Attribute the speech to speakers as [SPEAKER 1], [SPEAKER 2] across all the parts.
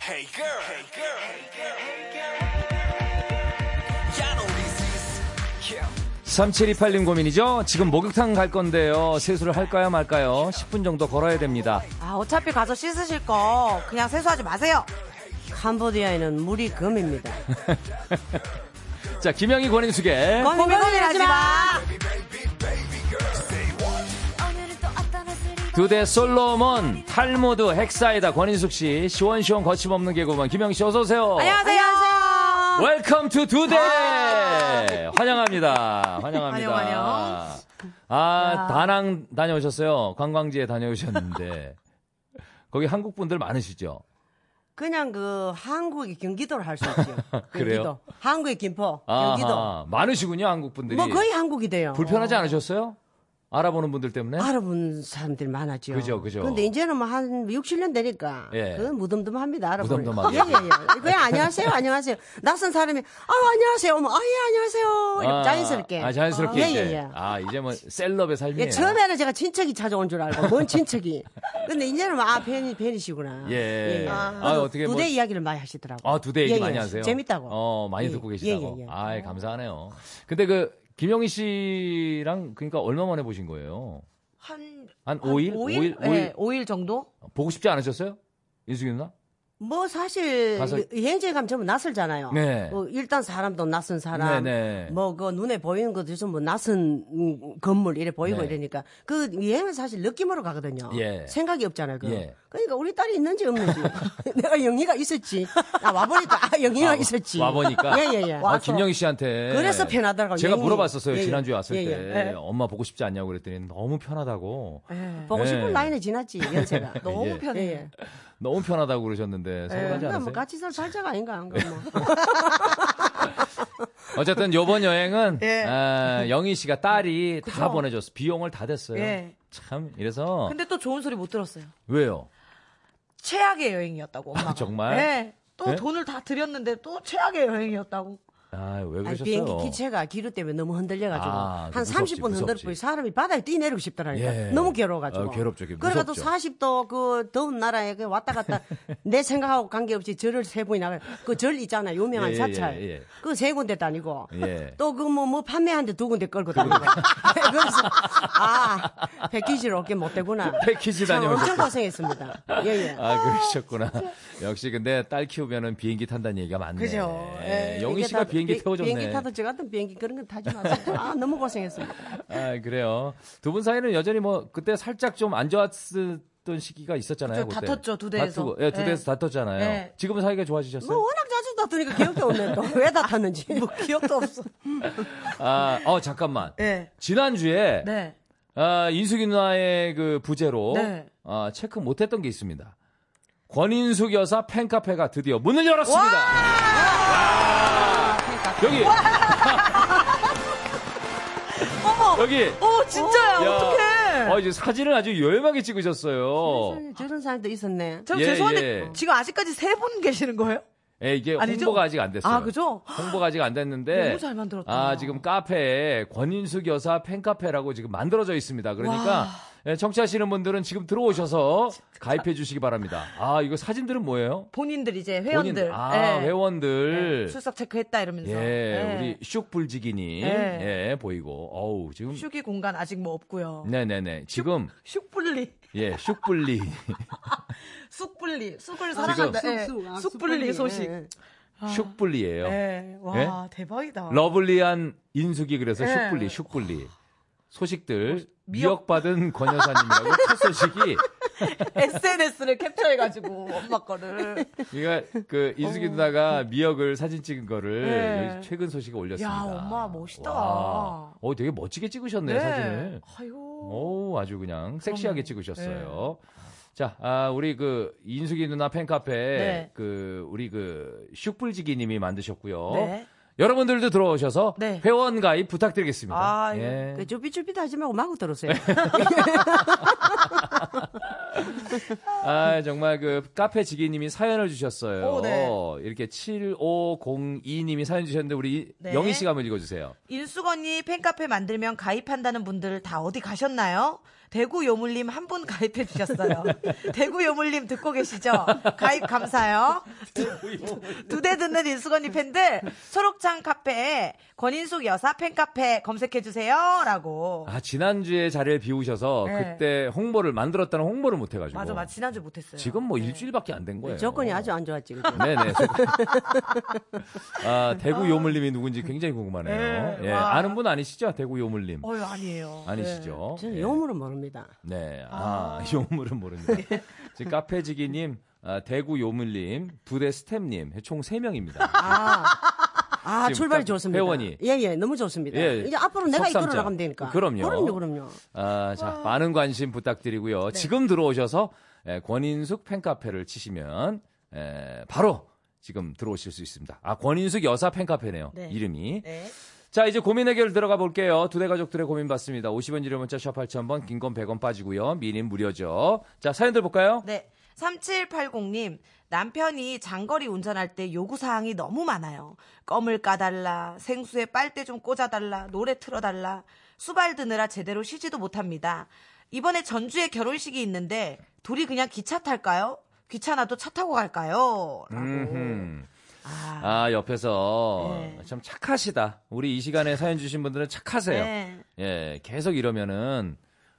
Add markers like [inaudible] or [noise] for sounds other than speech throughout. [SPEAKER 1] Hey girl. Hey girl. Y'all know this is. Yeah.
[SPEAKER 2] 3728님 고민이죠? 지금 목욕탕 갈 건데요. 세수를 할까요 말까요? 10분 정도 걸어야 됩니다.
[SPEAKER 3] 아, 어차피 가서 씻으실 거 그냥 세수하지 마세요. 네, 캄보디아에는 물이 금입니다.
[SPEAKER 2] 자, 김영희 권인숙의
[SPEAKER 3] 고민하지 마.
[SPEAKER 2] 두 대 솔로몬, 탈모드, 헥사이다 권인숙 씨, 시원시원 거침없는 개그맨 김영희 씨 어서 오세요.
[SPEAKER 3] 안녕하세요. 뭐?
[SPEAKER 2] 웰컴 투 두대
[SPEAKER 3] 아.
[SPEAKER 2] 환영합니다.
[SPEAKER 3] [laughs]
[SPEAKER 2] 환영합니다.
[SPEAKER 4] 환영, 환영.
[SPEAKER 2] 아, 다낭 다녀오셨어요. 관광지에 다녀오셨는데. 거기 한국 분들 많으시죠?
[SPEAKER 3] 그냥 그 한국의 경기도를 할 수 [laughs] 있지요.
[SPEAKER 2] 그래요?
[SPEAKER 3] 경기도. 한국의 김포, 경기도.
[SPEAKER 2] 아하, 많으시군요, 한국 분들이.
[SPEAKER 3] 뭐 거의 한국이 돼요.
[SPEAKER 2] 불편하지 않으셨어요? 알아보는 분들 때문에?
[SPEAKER 3] 알아본 사람들이 많았죠.
[SPEAKER 2] 그죠, 그죠.
[SPEAKER 3] 근데 이제는 뭐 한 6, 7년 되니까.
[SPEAKER 2] 예.
[SPEAKER 3] 그 무덤덤합니다. 알아보니.
[SPEAKER 2] 무덤덤하게.
[SPEAKER 3] [laughs] 예, 예, 예. 그냥 안녕하세요, 안녕하세요. 낯선 사람이, 아 안녕하세요. 어머, 아, 예, 안녕하세요. 이렇게
[SPEAKER 2] 아,
[SPEAKER 3] 자연스럽게.
[SPEAKER 2] 아, 자연스럽게.
[SPEAKER 3] 예,
[SPEAKER 2] 이제.
[SPEAKER 3] 예, 예.
[SPEAKER 2] 아, 이제 뭐 셀럽의 삶이에요.
[SPEAKER 3] 예, 처음에는 제가 친척이 찾아온 줄 알고, 뭔 친척이. 근데 이제는 뭐, 아, 팬이, 팬이시구나.
[SPEAKER 2] 예. 아,
[SPEAKER 3] 그래서
[SPEAKER 2] 어떻게 뭐-
[SPEAKER 3] 두대 이야기를 많이 하시더라고요.
[SPEAKER 2] 아, 두 대 얘기
[SPEAKER 3] 예, 예.
[SPEAKER 2] 많이 하세요?
[SPEAKER 3] 재밌다고.
[SPEAKER 2] 어, 많이
[SPEAKER 3] 예,
[SPEAKER 2] 듣고 계시다고.
[SPEAKER 3] 예, 예, 예.
[SPEAKER 2] 아이, 감사하네요. 근데 그, 김영희 씨랑, 그러니까 얼마 만에 보신 거예요?
[SPEAKER 4] 한,
[SPEAKER 2] 한
[SPEAKER 4] 한
[SPEAKER 2] 5일?
[SPEAKER 4] 오일?
[SPEAKER 2] 5일?
[SPEAKER 3] 예.
[SPEAKER 4] 네, 5일 정도?
[SPEAKER 2] 보고 싶지 않으셨어요? 인숙이 누나?
[SPEAKER 3] 뭐, 사실,
[SPEAKER 2] 가서-
[SPEAKER 3] 이- 여행지 가면 전부 낯설잖아요.
[SPEAKER 2] 네.
[SPEAKER 3] 뭐 일단 사람도 낯선 사람.
[SPEAKER 2] 네네.
[SPEAKER 3] 뭐, 그 눈에 보이는 것도 전부 낯선 음, 건물 이래 보이고
[SPEAKER 2] 네.
[SPEAKER 3] 이러니까. 그 여행은 사실 느낌으로 가거든요.
[SPEAKER 2] 예.
[SPEAKER 3] 생각이 없잖아요. 그
[SPEAKER 2] 예.
[SPEAKER 3] 그러니까 우리 딸이 있는지 없는지. [laughs] 내가 영희가 있었지. 아, 와보니까, 아, 영희가
[SPEAKER 2] 와-
[SPEAKER 3] 있었지.
[SPEAKER 2] 와보니까?
[SPEAKER 3] 예, 예, 예.
[SPEAKER 2] 아, 김영희 씨한테.
[SPEAKER 3] 그래서 편하다고
[SPEAKER 2] 제가
[SPEAKER 3] 얘기-
[SPEAKER 2] 물어봤었어요.
[SPEAKER 3] 예, 예.
[SPEAKER 2] 지난주에 왔을
[SPEAKER 3] 예,
[SPEAKER 2] 때.
[SPEAKER 3] 예. 예.
[SPEAKER 2] 엄마 보고 싶지 않냐고 그랬더니 너무 편하다고.
[SPEAKER 3] 보고
[SPEAKER 2] 예.
[SPEAKER 3] 싶은 라인에 지났지 연세가
[SPEAKER 4] 너무
[SPEAKER 2] [laughs] 예.
[SPEAKER 4] 편해.
[SPEAKER 3] 예.
[SPEAKER 2] 너무 편하다고 그러셨는데 서운하지
[SPEAKER 3] 그냥 뭐
[SPEAKER 2] 않으세요?
[SPEAKER 3] 같이 살 살자가 아닌가 한거
[SPEAKER 2] 예.
[SPEAKER 3] 뭐.
[SPEAKER 2] 어쨌든 요번
[SPEAKER 3] [laughs]
[SPEAKER 2] 여행은
[SPEAKER 4] 예.
[SPEAKER 2] 아, 영희 씨가 딸이 다
[SPEAKER 4] 그쵸.
[SPEAKER 2] 보내줬어. 비용을 다 댔어요.
[SPEAKER 4] 예.
[SPEAKER 2] 참 이래서
[SPEAKER 4] 근데 또 좋은 소리 못 들었어요.
[SPEAKER 2] 왜요?
[SPEAKER 4] 최악의 여행이었다고, 엄마가.
[SPEAKER 2] 아, 정말?
[SPEAKER 4] 네. 또
[SPEAKER 2] 네?
[SPEAKER 4] 돈을 다 들였는데 또 최악의 여행이었다고.
[SPEAKER 2] 아, 왜
[SPEAKER 3] 아니,
[SPEAKER 2] 그러셨어요?
[SPEAKER 3] 비행기 기체가 기류 때문에 너무 흔들려가지고
[SPEAKER 2] 아,
[SPEAKER 3] 한
[SPEAKER 2] 무섭지,
[SPEAKER 3] 30분
[SPEAKER 2] 무섭지.
[SPEAKER 3] 흔들고 사람이 바다에 뛰내리고 싶더라니까
[SPEAKER 2] 예.
[SPEAKER 3] 너무 괴로워가지고
[SPEAKER 2] 어, 괴롭죠, 괴-
[SPEAKER 3] 그러니까 또
[SPEAKER 2] 무섭죠.
[SPEAKER 3] 40도 그 더운 나라에 그 왔다
[SPEAKER 2] [laughs]
[SPEAKER 3] 갔다 내 생각하고 관계없이 절을 세 번이나 가요 그 절 있잖아 유명한
[SPEAKER 2] 예, 예,
[SPEAKER 3] 사찰
[SPEAKER 2] 예, 예.
[SPEAKER 3] 그 세 군데 다니고
[SPEAKER 2] 예.
[SPEAKER 3] [laughs] 또 그 뭐 뭐 판매하는데 두 군데 끌고 다니고 [laughs] 예, 그래서 아 패키지를 얻게 못 되구나
[SPEAKER 2] [laughs] 패키지
[SPEAKER 3] 참 엄청
[SPEAKER 2] 다녀오셨구나.
[SPEAKER 3] 고생했습니다 예예
[SPEAKER 2] 아, 그러셨구나. 역시 근데 딸 키우면은 비행기 탄다는 얘기가 많네.
[SPEAKER 4] 그죠.
[SPEAKER 2] 예,
[SPEAKER 4] 예,
[SPEAKER 2] 영희
[SPEAKER 3] 이게
[SPEAKER 2] 씨가
[SPEAKER 3] 다-
[SPEAKER 2] 비행기
[SPEAKER 3] 비-
[SPEAKER 2] 태워줬네.
[SPEAKER 3] 비행기 타도 저 같은 비행기 그런 건 타지 마세요. 아, 너무 고생했습니다.
[SPEAKER 2] 아, 그래요. 두 분 사이는 여전히 뭐 그때 살짝 좀 안 좋았던 시기가 있었잖아요.
[SPEAKER 4] 그쵸,
[SPEAKER 2] 그때.
[SPEAKER 4] 다퉜죠, 두 대에서.
[SPEAKER 2] 다투고. 예, 두
[SPEAKER 4] 예.
[SPEAKER 2] 대에서 다퉜잖아요.
[SPEAKER 4] 예.
[SPEAKER 2] 지금 사이가 좋아지셨어요?
[SPEAKER 3] 뭐 워낙 자주 다투니까 기억도 없네. 또왜 다탔는지.
[SPEAKER 4] 뭐 기억도 없어.
[SPEAKER 2] 아, 어, 잠깐만.
[SPEAKER 4] 네.
[SPEAKER 2] 지난주에
[SPEAKER 4] 네.
[SPEAKER 2] 아, 인숙이 누나의 그 부재로
[SPEAKER 4] 네.
[SPEAKER 2] 아, 체크 못했던 게 있습니다. 권인숙 여사 팬카페가 드디어 문을 열었습니다. 여기 [laughs]
[SPEAKER 4] 어머! 네.
[SPEAKER 2] 여기
[SPEAKER 4] 어, 진짜야,
[SPEAKER 2] 야,
[SPEAKER 4] 어떡해!
[SPEAKER 2] 어, 이제 사진을 아주 열막에 찍으셨어요.
[SPEAKER 3] 세상에 저런 사람도 있었네.
[SPEAKER 4] 저
[SPEAKER 2] 예,
[SPEAKER 4] 죄송한데,
[SPEAKER 2] 예.
[SPEAKER 4] 지금 아직까지 세 분 계시는 거예요?
[SPEAKER 2] 예, 이게
[SPEAKER 4] 아니죠?
[SPEAKER 2] 홍보가 아직 안 됐어요.
[SPEAKER 4] 아, 그죠?
[SPEAKER 2] 홍보가 아직 안 됐는데
[SPEAKER 4] [gasps] 너무 잘 만들었다.
[SPEAKER 2] 아, 지금 카페에 권인숙 여사 팬카페라고 지금 만들어져 있습니다. 그러니까 예, 청취하시는 분들은 지금
[SPEAKER 4] 아,
[SPEAKER 2] 들어오셔서 가입해 주시기 바랍니다. 아, 이거 사진들은 뭐예요?
[SPEAKER 4] 본인들 이제 회원들.
[SPEAKER 2] 본인- 아,
[SPEAKER 4] 예.
[SPEAKER 2] 회원들.
[SPEAKER 4] 예, 출석 체크했다 이러면서.
[SPEAKER 2] 예,
[SPEAKER 4] 예.
[SPEAKER 2] 우리 슉불지기님.
[SPEAKER 4] 예.
[SPEAKER 2] 예, 보이고. 어우, 지금
[SPEAKER 4] 슈기 공간 아직 뭐 없고요.
[SPEAKER 2] 네네네. 지금
[SPEAKER 4] 쑥불리,
[SPEAKER 2] 예, 슉불리.
[SPEAKER 4] 쑥불리, 쑥을 사랑한다.
[SPEAKER 3] 지금-
[SPEAKER 4] 예,
[SPEAKER 3] 쑥, 쑥. 아, 쑥불리.
[SPEAKER 4] 쑥불리
[SPEAKER 2] 네.
[SPEAKER 4] 소식.
[SPEAKER 3] 예,
[SPEAKER 2] [laughs] 슉불리예요.
[SPEAKER 4] 아. 예, 와 대박이다.
[SPEAKER 2] 네? 러블리한 인숙이 그래서
[SPEAKER 4] 어. 예. 뭐,
[SPEAKER 2] 슉불리, 슉불리. 소식들
[SPEAKER 4] 미역-
[SPEAKER 2] 미역받은 권
[SPEAKER 4] [laughs]
[SPEAKER 2] 여사님이라고 첫 소식이
[SPEAKER 4] SNS를 캡처해가지고 엄마 거를.
[SPEAKER 2] 그러니까 그 인숙이 누나가 미역을 사진 찍은 거를
[SPEAKER 4] 어. 예.
[SPEAKER 2] 여기 최근 소식에 올렸습니다.
[SPEAKER 4] 야, 엄마 멋있다.
[SPEAKER 2] 와. 어, 되게 멋지게 찍으셨네 요 사진을. 어.
[SPEAKER 4] 아유.
[SPEAKER 2] 오, 아주 그냥 섹시하게 찍으셨어요.
[SPEAKER 4] 예.
[SPEAKER 2] 자, 아, 우리 그 인숙이 누나 팬카페
[SPEAKER 4] 네.
[SPEAKER 2] 그 우리 그 슈플지기 님이 만드셨고요.
[SPEAKER 4] 네.
[SPEAKER 2] 여러분들도 들어오셔서
[SPEAKER 4] 네.
[SPEAKER 2] 회원 가입 부탁드리겠습니다.
[SPEAKER 4] 아,
[SPEAKER 2] 예.
[SPEAKER 3] 그 쭈삣쭈삣 하지 말고 마구 [laughs] 들었어요.
[SPEAKER 2] 아, 정말 그 카페 지기 님이 사연을 주셨어요.
[SPEAKER 4] 오, 네.
[SPEAKER 2] 이렇게 7502 님이 사연 주셨는데 우리
[SPEAKER 4] 네.
[SPEAKER 2] 영희
[SPEAKER 4] [laughs]
[SPEAKER 2] 씨가 한번 읽어 주세요.
[SPEAKER 4] 인숙 언니 팬카페 만들면 가입한다는 분들 다 어디 가셨나요? 대구 요물님 한 분
[SPEAKER 2] [laughs]
[SPEAKER 4] 가입해 주셨어요. 대구 요물님 듣고 계시죠? 가입 감사요. 두 대 듣는 인수건이 팬들 초록창 카페에 권인숙 여사 팬카페 검색해 주세요라고.
[SPEAKER 2] 아 지난주에 자리를 비우셔서
[SPEAKER 4] 네.
[SPEAKER 2] 그때 홍보를 만들었다는 홍보를 못해가지고
[SPEAKER 4] 맞아, 맞아. 지난주 못했어요.
[SPEAKER 2] 뭐. 지금 뭐 일주일밖에 안 된 거예요. 음.
[SPEAKER 3] 조건이 아주 안 좋았지. 그죠?
[SPEAKER 2] 네네. [laughs] 아 대구 요물님이 누군지 굉장히 궁금하네요.
[SPEAKER 4] 네,
[SPEAKER 2] 예
[SPEAKER 4] 와.
[SPEAKER 2] 아는 분 아니시죠? 대구 요물님
[SPEAKER 4] 어유 네. 아니에요.
[SPEAKER 2] 아니시죠?
[SPEAKER 3] 저는
[SPEAKER 2] 예.
[SPEAKER 3] 용물은 모릅니다.
[SPEAKER 2] 네, 아, 요물은 모릅니다. 지금 카페지기님, 아, 대구 요물님, 부대 스탭님, 총 3명입니다.
[SPEAKER 3] 아, 아
[SPEAKER 2] 지금
[SPEAKER 3] 출발이
[SPEAKER 2] 딱
[SPEAKER 3] 좋습니다.
[SPEAKER 2] 회원이.
[SPEAKER 3] 예, 예, 너무 좋습니다.
[SPEAKER 2] 예,
[SPEAKER 3] 이제 앞으로 내가
[SPEAKER 2] 석삼자.
[SPEAKER 3] 이끌어 나가면 되니까.
[SPEAKER 2] 그럼요.
[SPEAKER 3] 그럼요, 그럼요.
[SPEAKER 2] 아, 자, 많은 관심 부탁드리고요. 지금 들어오셔서 예, 권인숙 팬카페를 치시면 예, 바로 지금 들어오실 수 있습니다. 아, 권인숙 여사 팬카페네요.
[SPEAKER 4] 네.
[SPEAKER 2] 이름이.
[SPEAKER 4] 네.
[SPEAKER 2] 자, 이제 고민 해결 들어가 볼게요. 두 대 가족들의 고민 받습니다. 50원 유료 문자 샵 8000번, 긴 건 100원 빠지고요. 미니 무료죠. 자, 사연들 볼까요?
[SPEAKER 4] 네. 3780님, 남편이 장거리 운전할 때 요구사항이 너무 많아요. 껌을 까달라, 생수에 빨대 좀 꽂아달라, 노래 틀어달라, 수발 드느라 제대로 쉬지도 못합니다. 이번에 전주에 결혼식이 있는데, 둘이 그냥 기차 탈까요? 귀찮아도 차 타고 갈까요? 라고.
[SPEAKER 2] 음흠.
[SPEAKER 4] 아,
[SPEAKER 2] 아, 옆에서
[SPEAKER 4] 네.
[SPEAKER 2] 참 착하시다. 우리 이 시간에 사연 주신 분들은 착하세요.
[SPEAKER 4] 네.
[SPEAKER 2] 예, 계속 이러면은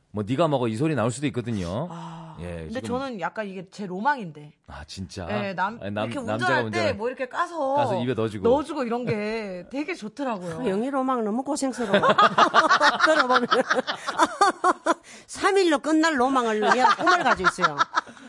[SPEAKER 2] 뭐 네가 먹어 이 소리 나올 수도 있거든요.
[SPEAKER 4] 아.
[SPEAKER 2] 예,
[SPEAKER 4] 근데
[SPEAKER 2] 지금-
[SPEAKER 4] 저는 약간 이게 제 로망인데.
[SPEAKER 2] 아, 진짜.
[SPEAKER 4] 예, 남,
[SPEAKER 2] 아니,
[SPEAKER 4] 이렇게
[SPEAKER 2] 남자가
[SPEAKER 4] 운전할 때
[SPEAKER 2] 운전할-
[SPEAKER 4] 뭐 이렇게 까서,
[SPEAKER 2] 까서 입에 넣어주고.
[SPEAKER 4] 넣어주고 이런 게 되게
[SPEAKER 3] 아,
[SPEAKER 4] 좋더라고요.
[SPEAKER 3] 영희로망 너무 고생스러워. [laughs] 들어보면. [laughs] 3일로 끝날 로망을 내가 꿈을 가지고 있어요.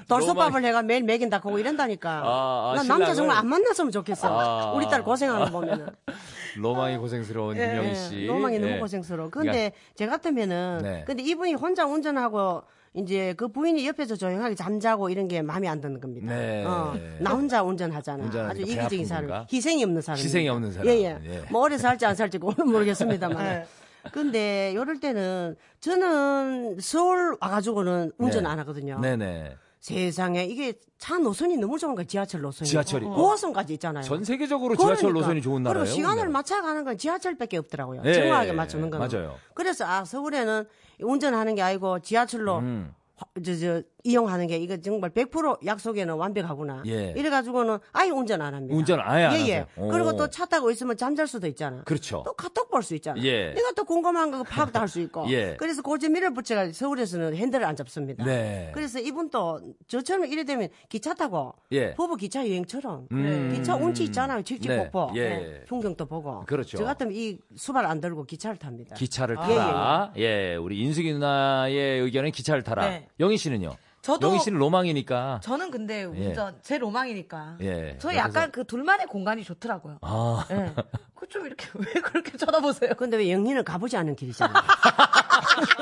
[SPEAKER 3] 돌솥밥을 내가 매일 먹인다 하고 이런다니까.
[SPEAKER 2] 아, 아,
[SPEAKER 3] 난 남자
[SPEAKER 2] 신랑을?
[SPEAKER 3] 정말 안 만났으면 좋겠어.
[SPEAKER 2] 아,
[SPEAKER 3] 우리 딸
[SPEAKER 2] 아.
[SPEAKER 3] 고생하는 거 보면은.
[SPEAKER 4] 아.
[SPEAKER 2] 로망이 고생스러운
[SPEAKER 4] 네.
[SPEAKER 2] 김영희
[SPEAKER 3] 예,
[SPEAKER 2] 씨.
[SPEAKER 3] 로망이
[SPEAKER 2] 예.
[SPEAKER 3] 너무 고생스러워. 근데 제 같으면은
[SPEAKER 2] 네.
[SPEAKER 3] 근데 이분이 혼자 운전하고 이제 그 부인이 옆에서 조용하게 잠자고 이런 게 마음에 안 드는 겁니다.
[SPEAKER 2] 네.
[SPEAKER 3] 어, 나 혼자 운전하잖아.
[SPEAKER 2] 운전하니까
[SPEAKER 3] 아주
[SPEAKER 2] 배
[SPEAKER 3] 이기적인
[SPEAKER 2] 아픈
[SPEAKER 3] 사람.
[SPEAKER 2] 건가?
[SPEAKER 3] 희생이 없는 사람.
[SPEAKER 2] 희생이 없는 사람.
[SPEAKER 3] 예, 예.
[SPEAKER 2] 예.
[SPEAKER 3] 뭐 오래 살지 안 살지 그거는 모르겠습니다만.
[SPEAKER 4] 네.
[SPEAKER 3] 근데 요럴 때는 저는 서울 와가지고는 운전
[SPEAKER 2] 네.
[SPEAKER 3] 안 하거든요.
[SPEAKER 2] 네네.
[SPEAKER 3] 세상에 이게 차 노선이 너무 좋은 거예요. 지하철 노선이.
[SPEAKER 2] 지하철이.
[SPEAKER 3] 고선까지 있잖아요.
[SPEAKER 2] 전 세계적으로 지하철
[SPEAKER 3] 그러니까.
[SPEAKER 2] 노선이 좋은 나라예요.
[SPEAKER 3] 그리고 시간을
[SPEAKER 2] 우리나라.
[SPEAKER 3] 맞춰가는 건 지하철밖에 없더라고요.
[SPEAKER 2] 예,
[SPEAKER 3] 정확하게
[SPEAKER 2] 예,
[SPEAKER 3] 맞추는
[SPEAKER 2] 예,
[SPEAKER 3] 거는.
[SPEAKER 2] 맞아요.
[SPEAKER 3] 그래서 아 서울에는 운전하는 게 아니고 지하철로
[SPEAKER 2] 음.
[SPEAKER 3] 화- 저, 저, 이용하는 게 이거 정말 100% 약속에는 완벽하구나.
[SPEAKER 2] 예.
[SPEAKER 3] 이래가지고는 아예 운전 안 합니다.
[SPEAKER 2] 운전 아예 안
[SPEAKER 3] 예, 예.
[SPEAKER 2] 하세요? 오.
[SPEAKER 3] 그리고 또 차 타고 있으면 잠잘 수도 있잖아.
[SPEAKER 2] 그렇죠.
[SPEAKER 3] 또 카톡 볼 수 있잖아.
[SPEAKER 2] 예.
[SPEAKER 3] 내가 또 궁금한 거 파악도 할 수 있고.
[SPEAKER 2] [laughs] 예.
[SPEAKER 3] 그래서 고재미를 붙여가지고 서울에서는 핸들을 안 잡습니다.
[SPEAKER 2] 네.
[SPEAKER 3] 그래서 이분 또 저처럼 이래 되면 기차 타고
[SPEAKER 2] 예.
[SPEAKER 3] 부부 기차 여행처럼 네.
[SPEAKER 2] 음.
[SPEAKER 3] 기차 운치 있잖아요. 칙칙폭폭.
[SPEAKER 2] 네. 예.
[SPEAKER 3] 풍경도 보고.
[SPEAKER 2] 그렇죠.
[SPEAKER 3] 저 같으면 이 수발 안 들고 기차를 탑니다.
[SPEAKER 2] 기차를
[SPEAKER 4] 아,
[SPEAKER 2] 타라. 예, 우리 인숙이 누나의 의견은 기차를 타라.
[SPEAKER 4] 네.
[SPEAKER 2] 영희 씨는요?
[SPEAKER 4] 저도-
[SPEAKER 2] 영희 씨는 로망이니까.
[SPEAKER 4] 저는 근데 운전 제 로망이니까.
[SPEAKER 2] 예,
[SPEAKER 4] 저
[SPEAKER 2] 그래서-
[SPEAKER 4] 약간 그 둘만의 공간이 좋더라고요.
[SPEAKER 2] 아,
[SPEAKER 4] 예. 그 좀 이렇게 [laughs] 왜 그렇게 쳐다보세요?
[SPEAKER 3] 근데 왜 영희는 가보지 않은
[SPEAKER 2] [laughs]
[SPEAKER 3] 길이잖아. 요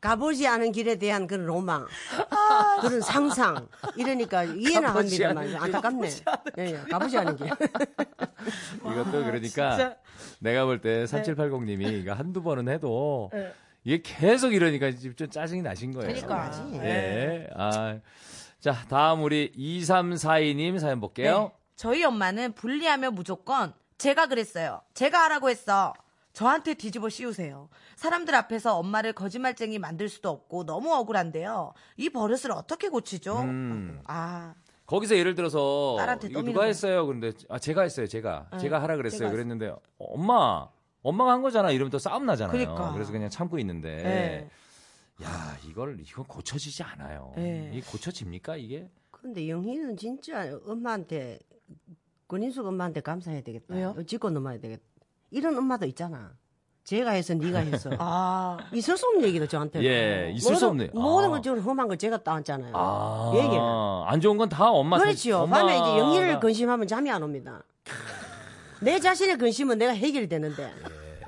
[SPEAKER 3] 가보지 않은 길에 대한 그런 로망, 그런 상상, 이러니까 이해는
[SPEAKER 2] 아, 가보지
[SPEAKER 3] 합니다만
[SPEAKER 2] 않은 길.
[SPEAKER 3] 안타깝네. 예, 예, 가보지 않은 길.
[SPEAKER 2] 이것도 그러니까
[SPEAKER 4] 진짜.
[SPEAKER 2] 내가 볼 때 3780님이 이거 한두 번은 해도
[SPEAKER 4] 네.
[SPEAKER 2] 이게 계속 이러니까 지금 좀 짜증이 나신 거예요.
[SPEAKER 4] 그러니까.
[SPEAKER 2] 예. 아. 자, 다음 우리 2342님 사연 볼게요.
[SPEAKER 4] 네. 저희 엄마는 분리하면 무조건 제가 그랬어요. 제가 하라고 했어. 저한테 뒤집어 씌우세요. 사람들 앞에서 엄마를 거짓말쟁이 만들 수도 없고 너무 억울한데요. 이 버릇을 어떻게 고치죠?
[SPEAKER 2] 음.
[SPEAKER 4] 아,
[SPEAKER 2] 거기서 예를 들어서
[SPEAKER 4] 딸한테
[SPEAKER 2] 이거
[SPEAKER 4] 떠미는
[SPEAKER 2] 누가
[SPEAKER 4] 거. 네,
[SPEAKER 2] 했어요? 그런데 아 제가 했어요. 제가 제가 하라 그랬어요. 그랬는데 엄마 엄마가 한 거잖아. 이러면 또 싸움 나잖아요.
[SPEAKER 4] 그러니까.
[SPEAKER 2] 래서 그냥 참고 있는데
[SPEAKER 4] 네.
[SPEAKER 2] 야 이걸 이건 고쳐지지 않아요.
[SPEAKER 4] 네.
[SPEAKER 2] 이게 고쳐집니까 이게?
[SPEAKER 3] 근데 영희는 진짜 엄마한테, 권인숙 엄마한테 감사해야 되겠다.
[SPEAKER 4] 왜요?
[SPEAKER 3] 짚고 넘어야 되겠다. 이런 엄마도 있잖아. 제가 해서 네가 해서.
[SPEAKER 4] [laughs] 아,
[SPEAKER 3] 있을 수 없는 얘기도 저한테.
[SPEAKER 2] 예, 있을 수 없네.
[SPEAKER 3] 모든
[SPEAKER 2] 아.
[SPEAKER 3] 걸 저는 험한 걸 제가 따왔잖아요.
[SPEAKER 2] 아,
[SPEAKER 3] 얘기해.
[SPEAKER 2] 안 좋은 건 다 엄마 탓-
[SPEAKER 3] 예, 그렇지요.
[SPEAKER 2] 엄마가-
[SPEAKER 3] 그렇죠. 밤에 이제 영희를 그- 근심하면 잠이 안 옵니다. 내 자신의 근심은 내가 해결되는데